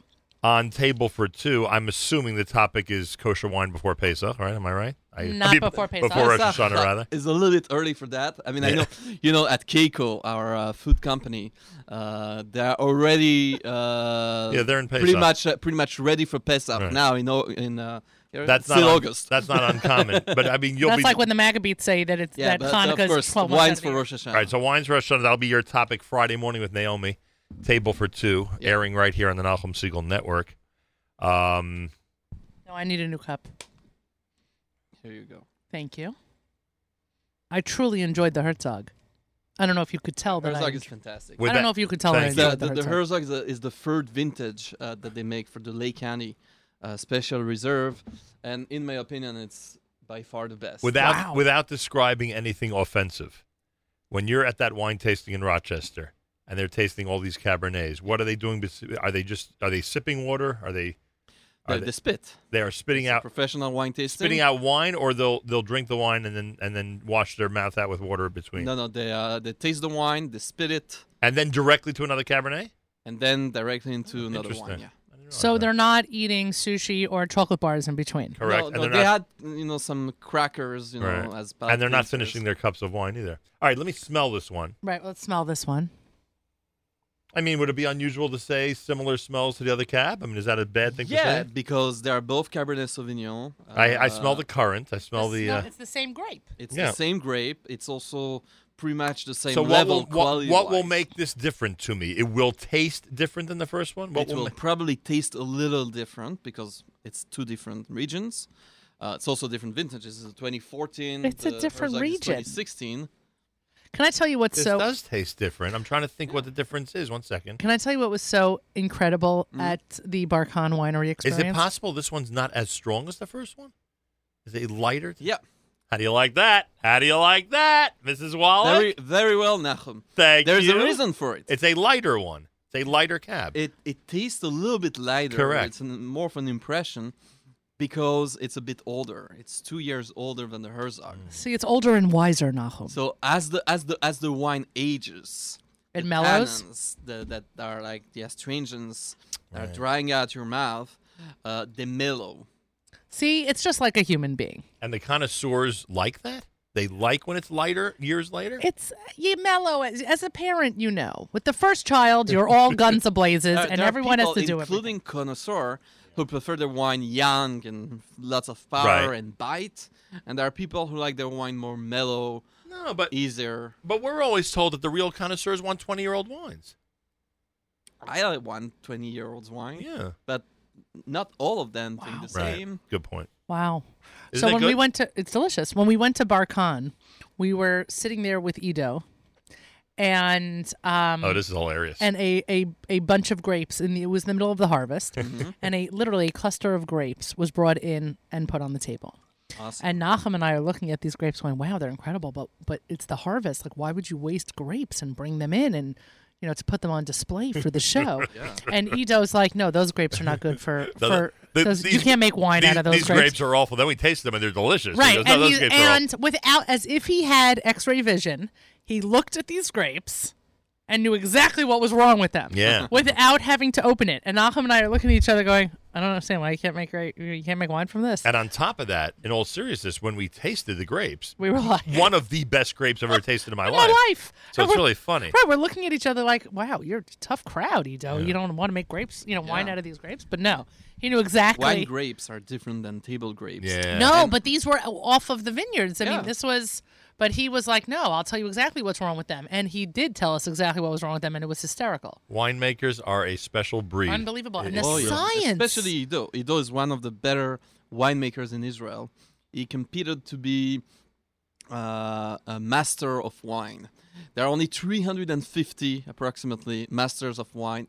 A: on Table for Two. I'm assuming the topic is kosher wine before Pesach, right? Am I right? I,
B: Not before Pesach.
A: Before Rosh
D: Pesach
A: Hashanah, rather.
D: It's uh, a little bit early for that. I mean, I
A: Yeah.
D: know, you know, at Keiko, our uh, food company, uh, they're already uh,
A: Yeah, they're in
D: pretty
A: Pesach.
D: much uh, pretty much ready for Pesach
A: Right.
D: now. You know, in uh, here-
A: That's not
D: still
A: un-
D: August.
A: That's not uncommon. but I mean, you'll
B: that's
A: be
B: like when the Magabeats say that it's
D: yeah,
B: that
D: but uh,
B: Hanukkah
D: of
B: is
D: course,
B: 12 months out
D: wines
B: of the
D: for
B: year.
D: Rosh Hashanah.
A: All right, so Wines Rush That'll be your topic Friday morning with Naomi. Table for two,
D: Yeah.
A: airing right here on the Nahum Siegel Network. Um,
B: No, I need a new cup.
D: Here you go.
B: Thank you. I truly enjoyed the Herzog. I don't know if you could tell that. I,
D: Herzog is
B: enjoyed-
D: fantastic.
A: With
B: I
A: that-
B: don't know if you could tell that I
A: Thank you.
D: the,
B: enjoyed
D: the,
B: the,
D: the
B: Herzog.
D: Herzog is the, is the third vintage uh, that they make for the Lake County uh, Special Reserve, and in my opinion, it's by far the best.
A: without
B: Wow.
A: without describing anything offensive, when you're at that wine tasting in Rochester and they're tasting all these Cabernets, what are they doing? bes- Are they just are they sipping water? Are they
D: the,
A: are they,
D: the spit,
A: they are spitting out
D: professional wine tasting.
A: spitting out wine, or they'll they'll drink the wine and then and then wash their mouth out with water between,
D: No, no, they uh, they taste the wine, they spit it,
A: and then directly to another Cabernet.
D: and then directly into another
A: Interesting.
D: wine. Yeah.
A: I didn't
B: So
A: realize that.
B: they're not eating sushi or chocolate bars in between.
A: correct,
D: No,
A: and
D: no,
A: they're
D: they
A: not
D: had you know some crackers, you know,
A: Right.
D: as
A: and they're not
D: appetizers.
A: finishing their cups of wine either. All right, let me smell this one.
B: Right. Let's smell this one.
A: I mean, would it be unusual to say similar smells to the other cab? I mean, is that a bad thing
D: Yeah,
A: to say?
D: because they are both Cabernet Sauvignon.
A: I, I
D: Uh,
A: smell the current. I smell the. Uh,
B: it's the same grape.
D: It's
A: Yeah.
D: the same grape. It's also pretty much the same
A: so what
D: level
A: will what,
D: quality.
A: what will make this different to me? It will taste different than the first one. What
D: it will
A: ma-
D: probably taste a little different because it's two different regions. Uh, it's also different vintages. This is 2014.
B: It's a
D: the
B: different
D: Herzog is
B: region.
D: 2016.
B: Can I tell you what's
A: this
B: so?
A: does taste different? I'm trying to think what the difference is. One second.
B: Can I tell you what was so incredible at the Barkhan Winery
A: Mm. Is
B: experience?
A: it possible this one's not as strong as the first one? Is it lighter?
D: Yeah,
A: How do you like that? How do you like that, Mrs. Wallace?
D: very very well, Nahum.
A: Thank
D: There's
A: you.
D: a reason for it.
A: It's a lighter one. It's a lighter cab.
D: It it tastes a little bit lighter.
A: Correct.
D: It's an, more of an impression because it's a bit older. It's two years older than the Herzog.
A: Mm.
B: See, it's older and wiser, Nahum.
D: So as the as the as the wine ages,
B: It
D: the
B: mellows?
D: tannins the- that are like the astringents that are drying out your mouth, uh, they mellow.
B: See, it's just like a human being.
A: And the connoisseurs like that? They like when it's lighter years later?
B: It's you mellow as, as a parent, you know. With the first child, you're all guns ablazes,
D: There-
B: and
D: Uh, there are
B: everyone has
D: people,
B: to do it.
D: including connoisseur, who prefer their wine young and lots of power
A: Right.
D: and bite, and there are people who like their wine more mellow,
A: no, but
D: easier.
A: but we're always told that the real connoisseurs want 20 year old wines.
D: I like one 20 year old's wine,
A: Yeah.
D: but not all of them think the
A: Right.
D: same.
A: Good point.
B: Wow.
A: Isn't
B: so
A: it
B: when we
A: good?
B: went to, it's delicious. When we went to Barkhan, we were sitting there with Ido, and um,
A: Oh, this is hilarious.
B: and a, a a bunch of grapes, and it was in the middle of the harvest,
A: Mm-hmm.
B: and a literally a cluster of grapes was brought in and put on the table.
D: Awesome.
B: And Nahum and I are looking at these grapes, going, "Wow, they're incredible!" But but it's the harvest. Like, why would you waste grapes and bring them in? And you know, to put them on display for the show. And Ido's like, no, those grapes are not good for
A: No,
B: for
A: the-
B: those, you
A: these-
B: can't make wine
A: these,
B: out of those
A: these are awful. Then we taste them and they're delicious. He
B: Right,
A: goes, "No,
B: and,
A: those
B: he,
A: grapes are awful."
B: and without as if he had X-ray vision, he looked at these grapes and knew exactly what was wrong with them.
A: Yeah.
B: without having to open it. And Nahum and I are looking at each other, going, "I don't understand why you can't make grape, you can't make wine from this."
A: And on top of that, in all seriousness, when we tasted the grapes,
B: we were like,
A: one of the best grapes I've ever tasted in my
B: "In
A: life.
B: my life."
A: So
B: And
A: it's
B: we're-
A: really funny.
B: Right, we're looking at each other like, "Wow, you're a tough crowd, Edo. You don't want to make grapes, you know, wine
C: Yeah.
B: out of these grapes." But no, he knew exactly.
D: Wine grapes are different than table grapes.
A: Yeah.
B: No, but these were off of the vineyards. I
D: Yeah.
B: mean, this was. But he was like, "No, I'll tell you exactly what's wrong with them," and he did tell us exactly what was wrong with them, and it was hysterical,
A: Winemakers are a special breed.
B: unbelievable, and the
D: Oh, yeah.
B: science,
D: Especially Ido. Ido is one of the better winemakers in Israel. He competed to be uh, a master of wine. There are only 350 approximately masters of wine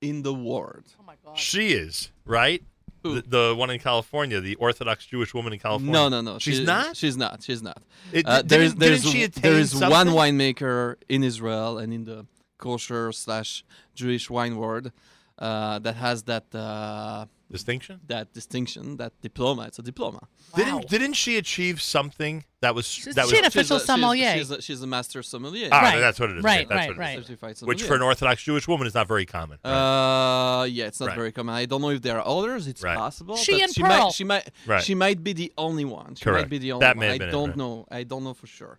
D: in the world.
B: Oh my god!
A: She is, right?
D: Who?
A: The, the one in California, the Orthodox Jewish woman in California.
D: No, no, no.
A: She's
D: she-
A: not?
D: She's not. She's not.
A: It-
D: Uh, there is
A: didn't-
D: there is
A: didn't she
D: there
A: attain
D: is one
A: something?
D: winemaker in Israel and in the kosher slash Jewish wine world uh, that has that uh,
A: Distinction?
D: that distinction, that diploma. It's a diploma.
A: Didn't, didn't she achieve something that was.
B: She's-
A: that
B: she
A: was
B: had a- Official
D: she's a,
B: sommelier.
D: She's, a, she's a master sommelier.
A: ah,
B: Right,
A: that's what it is.
B: right,
A: That's
B: right,
A: what it is.
B: right.
D: Certified sommelier.
A: Which for an Orthodox Jewish woman is not very common. right?
D: Uh, yeah, it's not
A: Right.
D: very common. I don't know if there are others. It's
A: Right.
D: possible.
B: She
D: but
B: and
D: she
B: Pearl.
D: might she might
A: Right.
D: she might be the only one. She
A: Correct.
D: might be the only
A: That
D: one.
A: may have
D: I
A: been it,
D: don't
A: right.
D: know. I don't know for sure.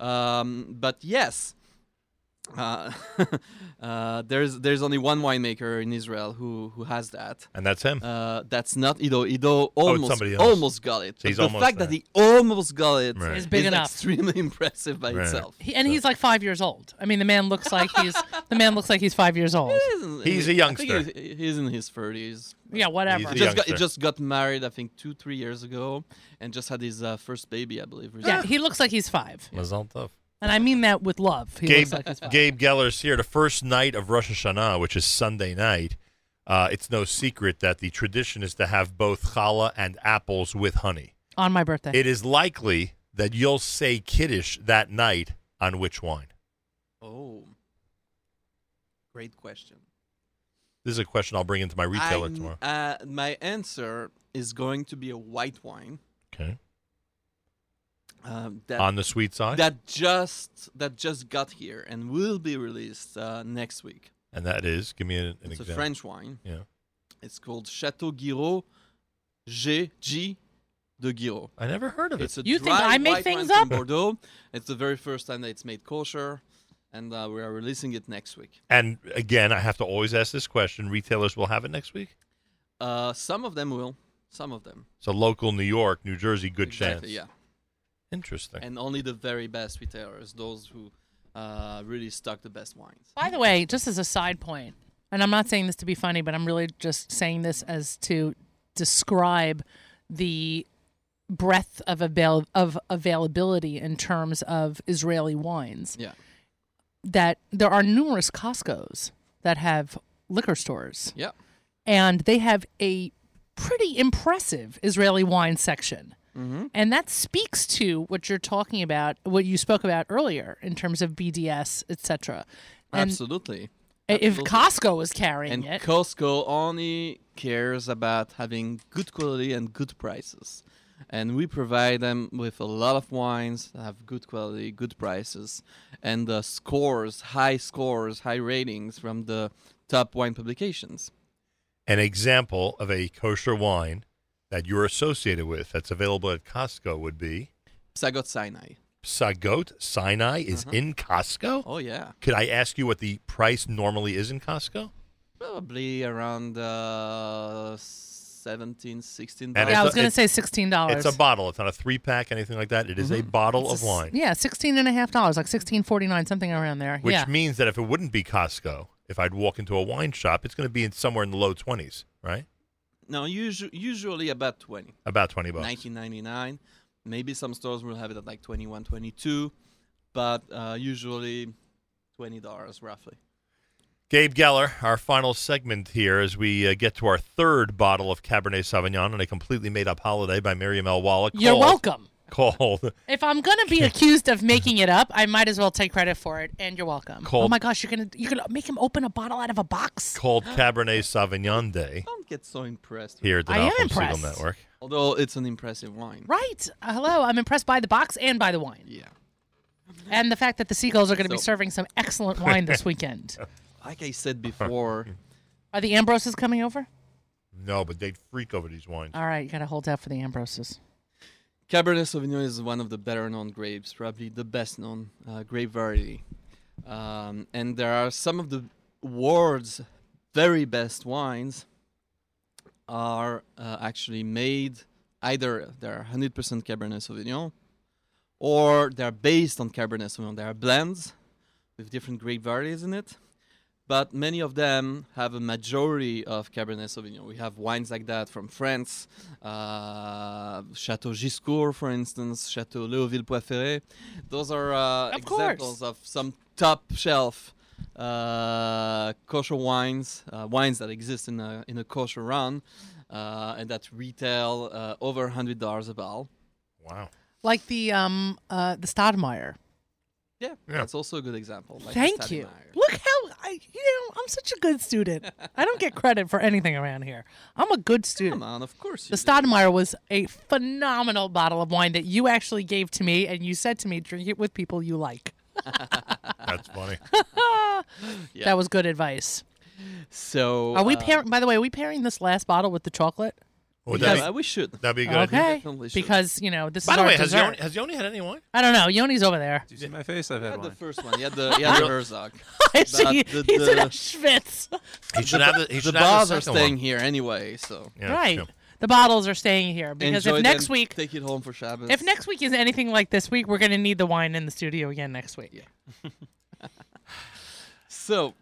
D: Um, but yes. Uh, uh, there's there's only one winemaker in Israel who who has that.
A: and that's him.
D: Uh, that's not Ido. Ido almost
A: Oh, somebody else.
D: almost got it.
A: So he's
D: But the
A: almost
D: fact
A: there.
D: that he almost got it
A: Right.
B: Is big enough.
D: extremely impressive by
A: Right.
D: itself.
B: He, and he's like five years old. I mean, the man looks like he's the man looks like he's five years old.
D: Isn't-
A: He's a
D: I think
A: youngster.
D: He's, he's in his thirties.
B: Yeah, whatever.
A: He's a
D: Just got, he
A: youngster.
D: just got married, I think, two three years ago, and just had his uh, first baby, I believe.
B: yeah,
D: recently.
B: he looks like he's five,
A: Mazal tov.
B: and I mean that with love. He
A: Gabe,
B: looks like he's five.
A: Gabe Geller's here. The first night of Rosh Hashanah, which is Sunday night, uh, it's no secret that the tradition is to have both challah and apples with honey.
B: on my birthday.
A: It is likely that you'll say Kiddush that night on which wine?
D: Oh, great question.
A: This is a question I'll bring into my retailer
D: I'm-
A: tomorrow.
D: Uh, my answer is going to be a white wine.
A: Okay.
D: Um, that
A: On the sweet side?
D: that just that just got here and will be released uh, next week.
A: and that is, give me an, an
D: it's
A: example.
D: a French wine.
A: Yeah.
D: It's called Chateau Guiraud G G de Guiraud.
A: I never heard of it.
D: It's a
B: You think
D: dry
B: I make
D: white
B: things
D: wine from
B: up?
D: Bordeaux. It's the very first time that it's made kosher, and uh, we are releasing it next week.
A: And again, I have to always ask this question. Retailers will have it next week?
D: Uh, some of them will, some of them.
A: So local New York, New Jersey, good
D: exactly,
A: chance.
D: Yeah,
A: Interesting.
D: and only the very best retailers, those who uh, really stock the best wines.
B: By the way, just as a side point, and I'm not saying this to be funny, but I'm really just saying this as to describe the breadth of avail- of availability in terms of Israeli wines.
D: Yeah,
B: That there are numerous Costco's that have liquor stores,
D: yeah.
B: and they have a pretty impressive Israeli wine section. And that speaks to what you're talking about, what you spoke about earlier in terms of BDS, etc. And
D: Absolutely.
B: if
D: Absolutely.
B: Costco was carrying
D: And
B: it,
D: Costco only cares about having good quality and good prices. And we provide them with a lot of wines that have good quality, good prices, and uh, scores, high scores, high ratings from the top wine publications.
A: an example of a kosher wine that you're associated with that's available at Costco would be
D: Psagot Sinai.
A: Sagot Sinai is
B: Mm-hmm.
A: in Costco.
D: Oh, yeah.
A: Could I ask you what the price normally is in Costco?
D: Probably around uh, 17, 16
A: And
B: yeah, I
A: it's
B: was going
A: a-
B: to
A: it's-
B: say sixteen dollars. Mm-hmm.
A: It's a bottle. It's not a three pack, anything like that. It is a bottle of wine,
B: Yeah, sixteen and a half dollars, like sixteen forty nine, something around there.
A: which
B: yeah,
A: means that if it wouldn't be Costco, if I'd walk into a wine shop, it's going to be in somewhere in the low 20s, right?
D: No, usu- usually about 20.
A: About 20 bucks.
D: 1999. Maybe some stores will have it at like 21, 22, but uh, usually twenty dollars roughly.
A: Gabe Geller, our final segment here as we uh, get to our third bottle of Cabernet Sauvignon on a completely made up holiday by Miriam L. Wallach.
B: you're
A: called
B: welcome.
A: called
B: If I'm gonna be accused of making it up, I might as well take credit for it. And you're welcome. Oh
A: Called-
B: my gosh, you're gonna you're gonna make him open a bottle out of a box.
A: called Cabernet Sauvignon Day
D: Don't get so impressed. With
A: here at the
B: I am
A: Malcolm Siegel
B: impressed.
A: Network.
D: Although it's an impressive wine.
B: Right. Uh, Hello. I'm impressed by the box and by the wine,
D: Yeah.
B: and the fact that the seagulls are gonna be
D: So-
B: serving some excellent wine this weekend.
D: Like I said before,
B: Are the Ambroses coming over?
A: No, but they'd freak over these wines.
B: All right, you gotta hold out for the Ambroses.
D: Cabernet Sauvignon is one of the better known grapes, probably the best known uh, grape variety. Um, and there are some of the world's very best wines are uh, actually made either they're 100% Cabernet Sauvignon or they're based on Cabernet Sauvignon. They are blends with different grape varieties in it, but many of them have a majority of Cabernet Sauvignon. We have wines like that from France, uh, Chateau Giscourt, for instance, Chateau Léoville Poiferré. Those are uh,
B: Of course.
D: examples of some top shelf uh, kosher wines, uh, wines that exist in a, in a kosher run, uh, and that retail uh, over $100 a barrel.
A: Wow.
B: Like the um uh the Stadmeyer.
D: Yeah,
A: Yeah.
D: that's also a good example. like
B: Thank
D: Stade
B: you.
D: Meyer.
B: Look how I you know I'm such a good student. I don't get credit for anything around here. I'm a good student.
D: Come on, of course.
B: The
D: You do.
B: Stadmeyer was a phenomenal bottle of wine that you actually gave to me, and you said to me, "Drink it with people you like."
A: That's funny.
D: Yeah.
B: That was good advice.
D: So
B: Are we
D: uh,
B: pairing? By the way, are we pairing this last bottle with the chocolate?
A: Would
D: yeah,
A: that be,
D: uh, we should.
A: that'd be a good idea?
B: Okay,
D: definitely should.
B: because you know this
A: By
B: is
A: the
B: our
A: way, has
B: dessert.
A: Yoni, has Yoni had any wine?
B: I don't know. Yoni's over there.
C: Do you see my face? I've
D: He
C: had
D: had the
C: one.
D: first one. He had the, he had the Herzog.
B: I see
D: the-
B: he's in a
D: the-
B: Schwitz.
A: He should have the, he
D: The
A: should have
D: bars
A: the
D: are
A: second one.
D: staying here anyway, so
A: Yeah,
B: right.
A: sure.
B: The bottles are staying here because
D: Enjoy
B: if next
D: them,
B: week
D: take it home for Shabbos.
B: If next week is anything like this week, we're going to need the wine in the studio again next week.
D: so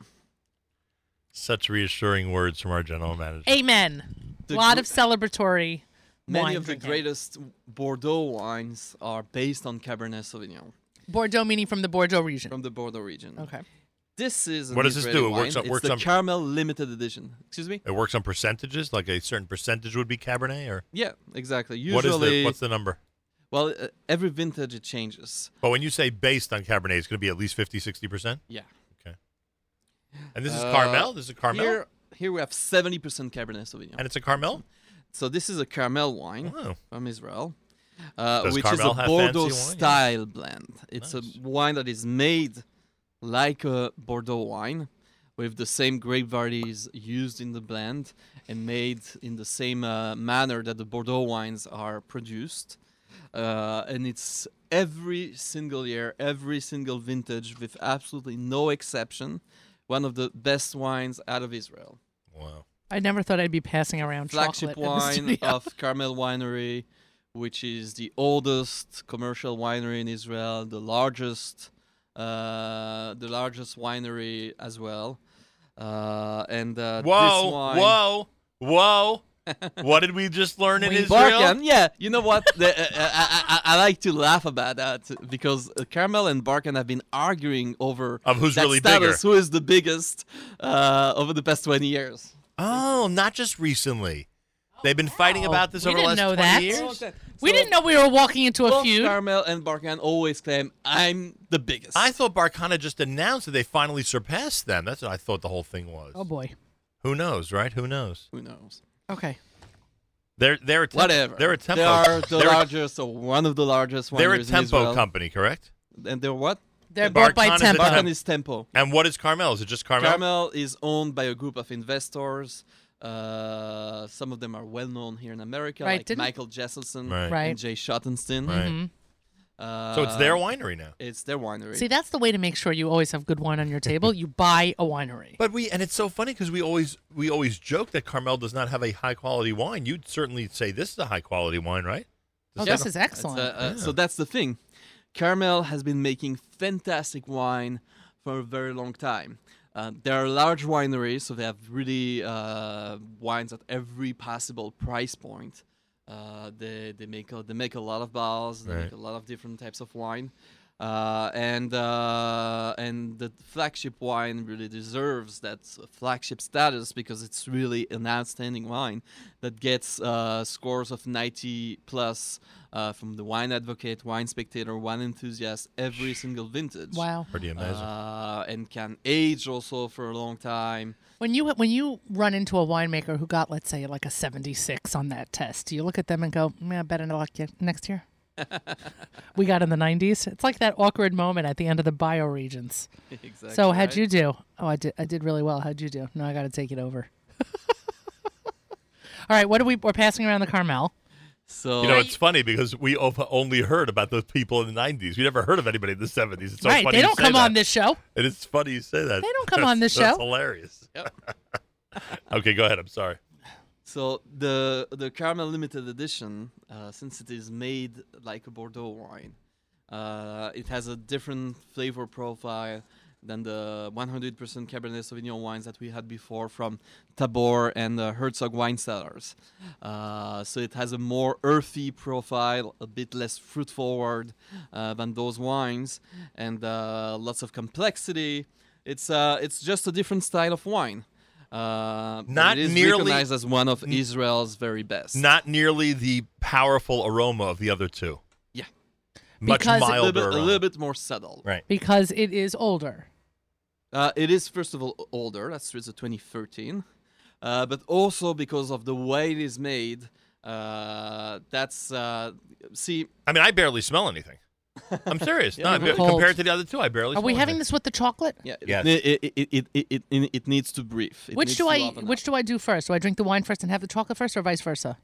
A: Such reassuring words from our general manager.
B: Amen.
D: The
B: A lot
D: gr-
B: of celebratory
D: many
B: wine
D: of the
B: drinking.
D: greatest Bordeaux wines are based on Cabernet Sauvignon
B: Bordeaux meaning from the Bordeaux region.
D: from the Bordeaux region.
B: Okay.
D: This is an
A: What does this
D: Israeli
A: do? It works
D: wine.
A: on-
D: it's
A: works
D: the
A: on-
D: caramel limited edition. Excuse me.
A: It works on percentages, like a certain percentage would be Cabernet, or
D: Yeah, exactly.
A: what is the
D: Usually,
A: what's the number?
D: well, uh, every vintage it changes.
A: But when you say based on Cabernet, it's going to be at least 50, 60 percent.
D: Yeah.
A: And this is
D: Uh,
A: Carmel. This is Carmel,
D: Here, here we have seventy percent Cabernet Sauvignon.
A: and it's a Carmel.
D: so this is a Carmel wine
A: Oh,
D: from Israel, uh,
A: Does
D: which
A: Carmel
D: is a
A: have fancy
D: Bordeaux
A: wine? Yeah.
D: style blend. It's
A: Nice.
D: a wine that is made like a Bordeaux wine, with the same grape varieties used in the blend and made in the same uh, manner that the Bordeaux wines are produced. Uh, and it's every single year, every single vintage, with absolutely no exception, one of the best wines out of Israel
A: wow.
B: I never thought I'd be passing around chocolate
D: flagship
B: in the
D: wine uh,
B: studio.
D: of Carmel Winery, which is the oldest commercial winery in Israel, the largest, uh, the largest winery as well. Uh, and uh,
A: Whoa,
D: this wine,
A: whoa, whoa! what did we just learn in
B: We
A: Israel?
D: Barkan, yeah, you know what? The- uh, I, I, I like to laugh about that because uh, Carmel and Barkan have been arguing over
A: Of who's
D: that
A: really bigger?
D: status, who is the biggest, uh, over the past twenty years.
A: Oh, not just recently. They've been fighting
B: wow.
A: about this
B: We
A: over the last
B: didn't know
A: 20
B: that.
A: years.
B: we
D: So-
B: didn't know we were walking into a
D: Both
B: feud.
D: Carmel and Barkan always claim I'm the biggest.
A: I thought Barkana just announced that they finally surpassed them. That's what I thought the whole thing was.
B: oh boy.
A: Who knows, right? Who knows?
D: Who knows?
B: Okay.
A: They're they're a temp-
D: Whatever.
A: They're a tempo.
D: They are the
A: they're, a-
D: largest, or one of the largest.
A: they're a
D: wineries in
A: tempo
D: Israel.
A: company, correct?
D: And they're what?
B: They're bought
A: Barkan
B: by
A: is a
B: Tempo.
A: Barkan
D: Barkan is tempo.
A: And what is Carmel? Is it just Carmel?
D: Carmel is owned by a group of investors. Uh, some of them are well known here in America,
B: Right,
D: like
B: didn't-
D: Michael Jesselson
A: Right.
B: Right.
D: and Jay Schottenstein.
A: Right.
D: Uh,
A: So it's their winery now.
D: It's their winery.
B: Mm-hmm. See, that's the way to make sure you always have good wine on your table. you buy a winery.
A: But we and it's so funny because we always we always joke that Carmel does not have a high quality wine. You'd certainly say this is a high quality wine, right?
B: Oh,
A: Yeah.
B: this is
D: It's,
B: excellent.
D: uh, uh, So that's the thing. Carmel has been making fantastic wine for a very long time. Uh, they are large wineries, so they have really uh, wines at every possible price point. Uh, they, they make a, they make a lot of bottles. They
A: Right.
D: make a lot of different types of wine. Uh, and uh, and the flagship wine really deserves that flagship status because it's really an outstanding wine that gets uh, scores of 90 plus uh, from the wine advocate, wine spectator, wine enthusiast every single vintage.
B: Wow.
A: Pretty amazing.
D: Uh, and can age also for a long time.
B: When you when you run into a winemaker who got let's say like a 76 on that test, do you look at them and go, "Yeah, better luck ye- next year." we got in the 90s. It's like that awkward moment at the end of the bioregions.
D: exactly.
B: so how'd
D: right?
B: you do? Oh, I did I did really well. How'd you do? No, I got to take it over. All right, what are we we're passing around the Carmel.
D: So
A: You know, it's funny because we o- only heard about those people in the '90s. We never heard of anybody in the '70s. It's so
B: right,
A: funny.
B: they
A: you
B: don't
A: say
B: come
A: that.
B: on this show.
A: It is funny you say
B: They
A: that.
B: don't come
A: That's-
B: on this
A: that's
B: show.
A: Hilarious.
D: Yep.
A: okay, go ahead. I'm sorry.
D: So the the caramel limited edition, uh, since it is made like a Bordeaux wine, uh, it has a different flavor profile than the 100% Cabernet Sauvignon wines that we had before from Tabor and uh, Herzog wine cellars. Uh, so it has a more earthy profile, a bit less fruit forward uh, than those wines, and uh, lots of complexity. It's uh, it's just a different style of wine. Uh, but
A: Not
D: it is
A: nearly-
D: recognized as one of Israel's very best.
A: Not nearly the powerful aroma of the other two.
D: Yeah.
A: Much
B: Because- A
D: a little
A: milder.
D: bit, a
A: aroma.
D: little bit more subtle.
A: Right.
B: Because it is older.
D: Uh, it is first of all o- older. That's it's a 2013, uh, but also because of the way it is made. Uh, that's uh, see.
A: I mean, I barely smell anything. I'm serious. no, I
B: you're
A: bar-
B: cold.
A: compared to the other two, I barely.
B: Are we
A: smell
B: having
A: anything.
B: this with the chocolate?
D: Yeah,
A: Yes.
D: it, it, it, it, it, it, it needs to breathe. It
B: Which
D: needs
B: do
D: to
B: I
D: oven
B: which
D: up.
B: do I do first? Do I drink the wine first and have the chocolate first or vice versa?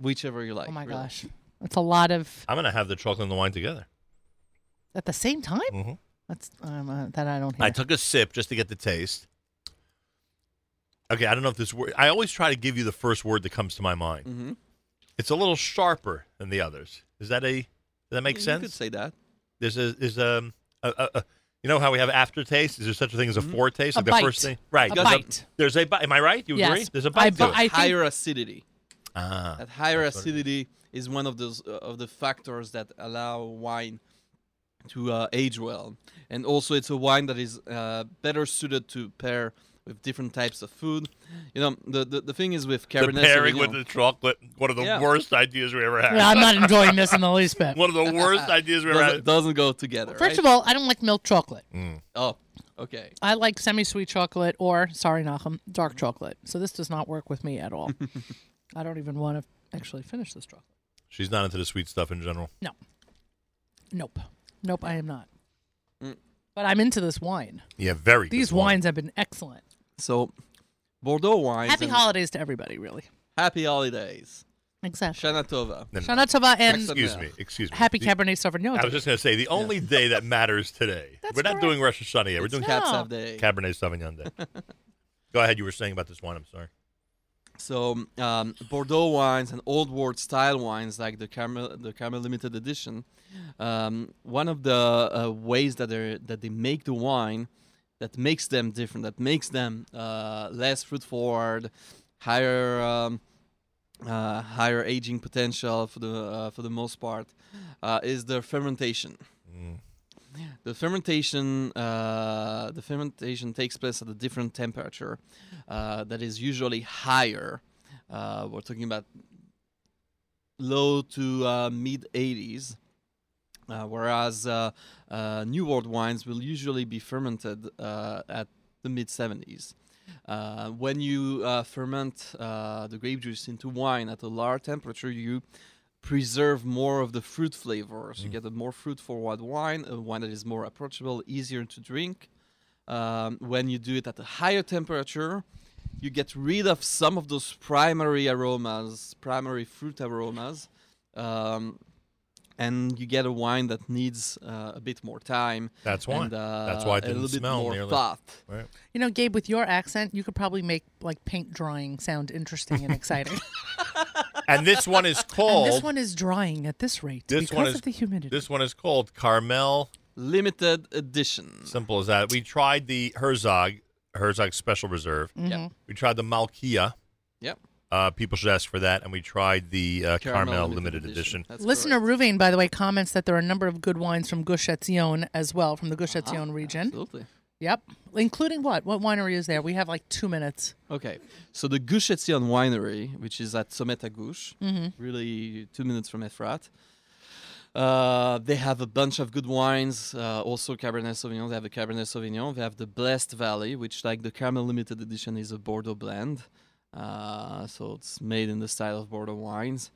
D: whichever you like.
B: Oh my
D: really.
B: gosh. That's a lot of
A: I'm gonna have the chocolate and the wine together.
B: at the same time.
A: Mhm.
B: That's um, uh, that I don't hear.
A: I took a sip just to get the taste. Okay, I don't know if this word. I always try to give you the first word that comes to my mind.
D: Mhm.
A: It's a little sharper than the others. Is that a? Does that make
D: You could
A: sense?
D: say that.
A: There's a. There's um, a, a, a. You know how we have aftertaste? Is there such a thing as a foretaste?
B: Mm-hmm. A
A: like the
B: bite.
A: first thing, right?
B: a
A: there's
B: bite.
A: there's a bite. Am I right? You agree?
B: Yes.
A: There's a
B: I
A: bite
B: bu-
A: to it.
B: I think-
D: higher acidity.
A: ah,
D: That higher
A: that's what it is.
D: acidity is one of those uh, of the factors that allow wine to uh, age well, and also it's a wine that is uh, better suited to pair with different types of food. You know, the the, the thing is with
A: the
D: Cabernet
A: pairing
D: Sauvignon,
A: with the chocolate. One of the
D: Yeah.
A: worst ideas we ever had.
B: Yeah, I'm not enjoying this in the least bit.
A: One of the worst ideas we ever
D: doesn't,
A: had. Mm.
D: doesn't go together.
B: First of all, I don't like milk chocolate.
D: all, oh, okay.
B: I like semi-sweet chocolate or sorry, Nachum,
A: Mm.
B: dark chocolate. So this does not work with me at all. I don't even want to actually finish this chocolate.
A: She's not into the sweet stuff in general.
B: No. Nope. Nope, I am not.
D: Mm.
B: But I'm into this wine.
A: Yeah, very.
B: These
A: good wine.
B: wines have been excellent.
D: So, Bordeaux wines.
B: Happy
D: and
B: holidays to everybody, really.
D: Happy holidays.
B: Exactly.
D: Shana Tova.
A: No, no,
B: Shana Tova uh, and
D: Excellent.
A: Excuse me. Excuse me.
B: Happy
A: The-
B: Cabernet Sauvignon.
A: I was just going to say the only day that matters today.
B: That's
A: we're not
B: correct.
A: doing Rosh Hashanah yet. We're
D: It's
A: doing
B: Cap-
D: Katsav
B: No.
D: Day.
A: Cabernet Sauvignon Day. Go ahead. You were saying about this wine. I'm sorry.
D: So um, Bordeaux wines and old world style wines like the Carmel, the Carmel Limited Edition. Um, one of the uh, ways that they that they make the wine that makes them different, that makes them uh, less fruit forward, higher um, uh, higher aging potential for the uh, for the most part, uh, is the fermentation.
A: Mm,
D: The fermentation, uh, the fermentation takes place at a different temperature, uh, that is usually higher. Uh, we're talking about low to uh, mid 80s, uh, whereas uh, uh, New World wines will usually be fermented uh, at the mid 70s. Uh, when you uh, ferment uh, the grape juice into wine at a lower temperature, you preserve more of the fruit flavors.
A: Mm.
D: You get a more fruit forward wine, a wine that is more approachable, easier to drink. Um, when you do it at a higher temperature, you get rid of some of those primary aromas, primary fruit aromas, um, and you get a wine that needs uh, a bit more time.
A: That's wine.
D: And, uh,
A: That's why it
D: a
A: didn't
D: little
A: smell
D: bit more
A: nearly.
D: thought.
A: Right.
B: You know, Gabe, with your accent, you could probably make like paint drying sound interesting and exciting.
A: And this one is
B: and
A: called.
B: this one is drying at this rate
A: This
B: because
A: one is-
B: of the humidity.
A: this one is called Carmel.
D: Limited edition.
A: Simple as that. We
B: Mm-hmm.
A: tried the Herzog, Herzog Special Reserve.
D: Yeah.
A: We tried the Malkia.
D: Yep.
A: Uh, people should ask for that, and we tried the uh, Carmel, Limited, Edition.
D: That's
B: Listener
D: correct.
B: Ruvain, by the way, comments that there are a number of good wines from Gush Etzion as well, from the Gush Etzion region.
D: Uh-huh. Ah, Absolutely.
B: Yep. Including what? What winery is there? We have like two minutes.
D: Okay, so the Gush Etzion Winery, which is at Sommet à Gouche, really two minutes from Efrat. Uh, they have a bunch of good wines, uh, also Cabernet Sauvignon. They have the Cabernet Sauvignon. They have the Blessed Valley, which, like the Carmel Limited Edition, is a Bordeaux blend. Uh, so it's made in the style of Bordeaux wines.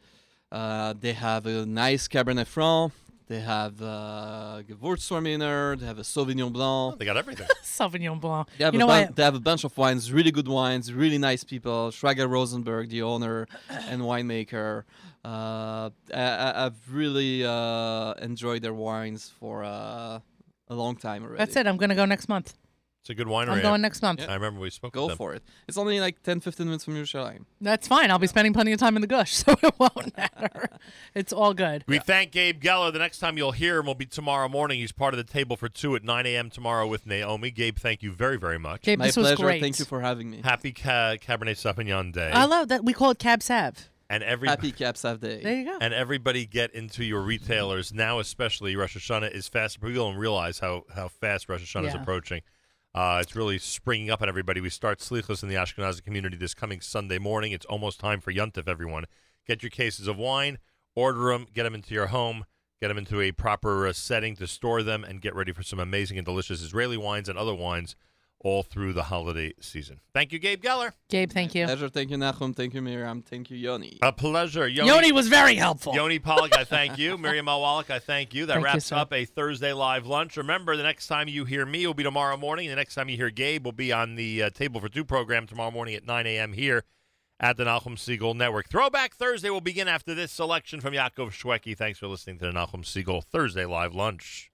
D: Uh, they have a nice Cabernet Franc. They have uh, Gewurztraminer. They have a Sauvignon Blanc.
A: They got everything.
B: Sauvignon Blanc.
D: They have,
B: you
D: a
B: know
D: bun-
B: what?
D: they have a bunch of wines, really good wines, really nice people. Schrager Rosenberg, the owner and winemaker. Uh, I, I- I've really uh, enjoyed their wines for uh, a long time already.
B: That's it. I'm going to go next month.
A: It's a good winery.
B: I'm going next month.
A: I remember we spoke
D: Go
A: with them.
D: for it. It's only like 10, 15 minutes from your shoreline.
B: That's fine. I'll be spending plenty of time in the Gush, so it won't matter. it's all good.
A: We thank Gabe Geller. The next time you'll hear him will be tomorrow morning. He's part of the table for two at 9 a.m. tomorrow with Naomi. Gabe, thank you very, very much.
B: Gabe,
D: My
B: this was
D: pleasure.
B: great.
D: Thank you for having me.
A: Happy Ca- Cabernet Sauvignon Day.
B: I love that. We call it Cab Sav.
A: and every
D: Happy Caps Half Day.
B: There you go.
A: and everybody get into your retailers now, especially Rosh Hashanah is fast. People don't realize how, how fast Rosh Hashanah is
B: Yeah.
A: approaching. Uh, it's really springing up on everybody. We start Slichos in the Ashkenazi community this coming Sunday morning. It's almost time for Yuntif, everyone. Get your cases of wine, order them, get them into your home, get them into a proper uh, setting to store them, and get ready for some amazing and delicious Israeli wines and other wines all through the holiday season. Thank you, Gabe Geller.
B: Gabe, thank you.
D: Pleasure. Thank you, Nahum. Thank you, Miriam. Thank you, Yoni.
A: A pleasure. Yoni-
B: Yoni was very helpful.
A: Yoni Pollock, I thank you. Miriam Alwalik, I thank you. That
B: Thank you,
A: wraps
B: sir.
A: up a Thursday live lunch. Remember, the next time you hear me will be tomorrow morning. The next time you hear Gabe will be on the uh, Table for Two program tomorrow morning at 9 a.m. here at the Nahum Siegel Network. Throwback Thursday will begin after this selection from Yaakov Shweki. Thanks for listening to the Nahum Siegel Thursday live lunch.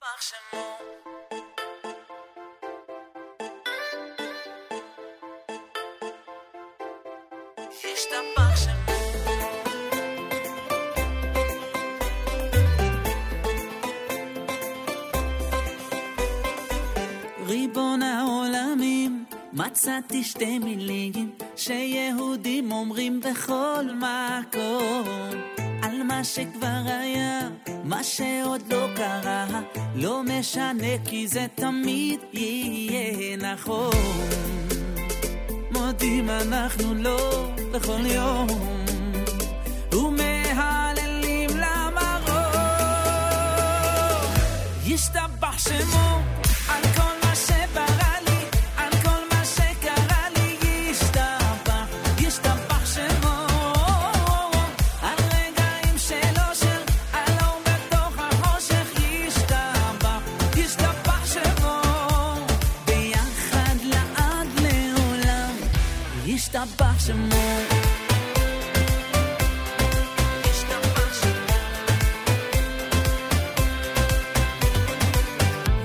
E: ריבון העולמים, מצאתי שתי מילים שיהודים אומרים בכל מקום. על מה שכבר היה, מה שעוד לא קרה, לא משנה כי זה תמיד יהיה נכון. מודים אנחנו לו בכל יום, ומהללים למרום. ישתבח שמו על כל מה שברא לי, על כל מה שקרה לי, ישתבח, ישתבח שמו. על רגעים שלא של, על אור בתוך החושך, ישתבח, ישתבח שמו. ביחד לעד לעולם, ישתבח שמו. ישתבח שמו.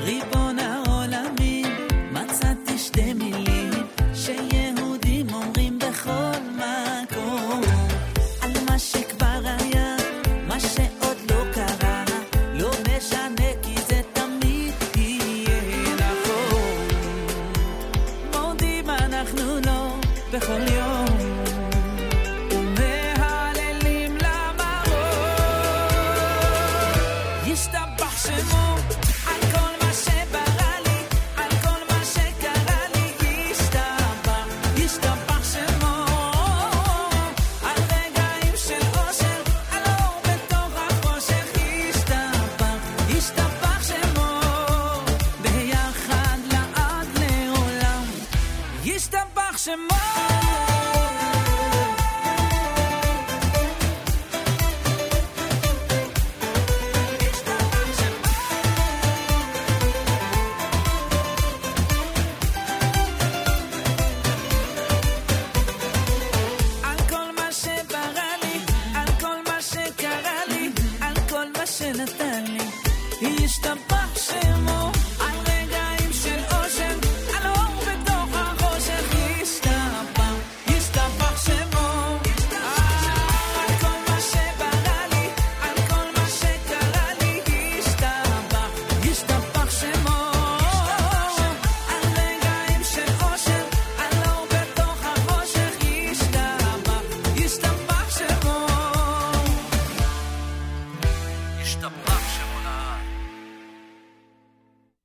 E: ריבון העולמים, מצאתי שתי מילים שיהודים אומרים בכל מקום. על מה שכבר היה, מה שעוד לא קרה, לא משנה כי זה תמיד יהיה נכון. מודים אנחנו לו בכל יום. ומהללים למרום. ישתבח שמו על כל מה שברא לי, על כל מה שקרה לי, ישתבח, ישתבח שמו. על רגעים של אושר, על אור בתוך החושך, ישתבח, ישתבח שמו. ביחד לעד לעולם, ישתבח שמו. Ah.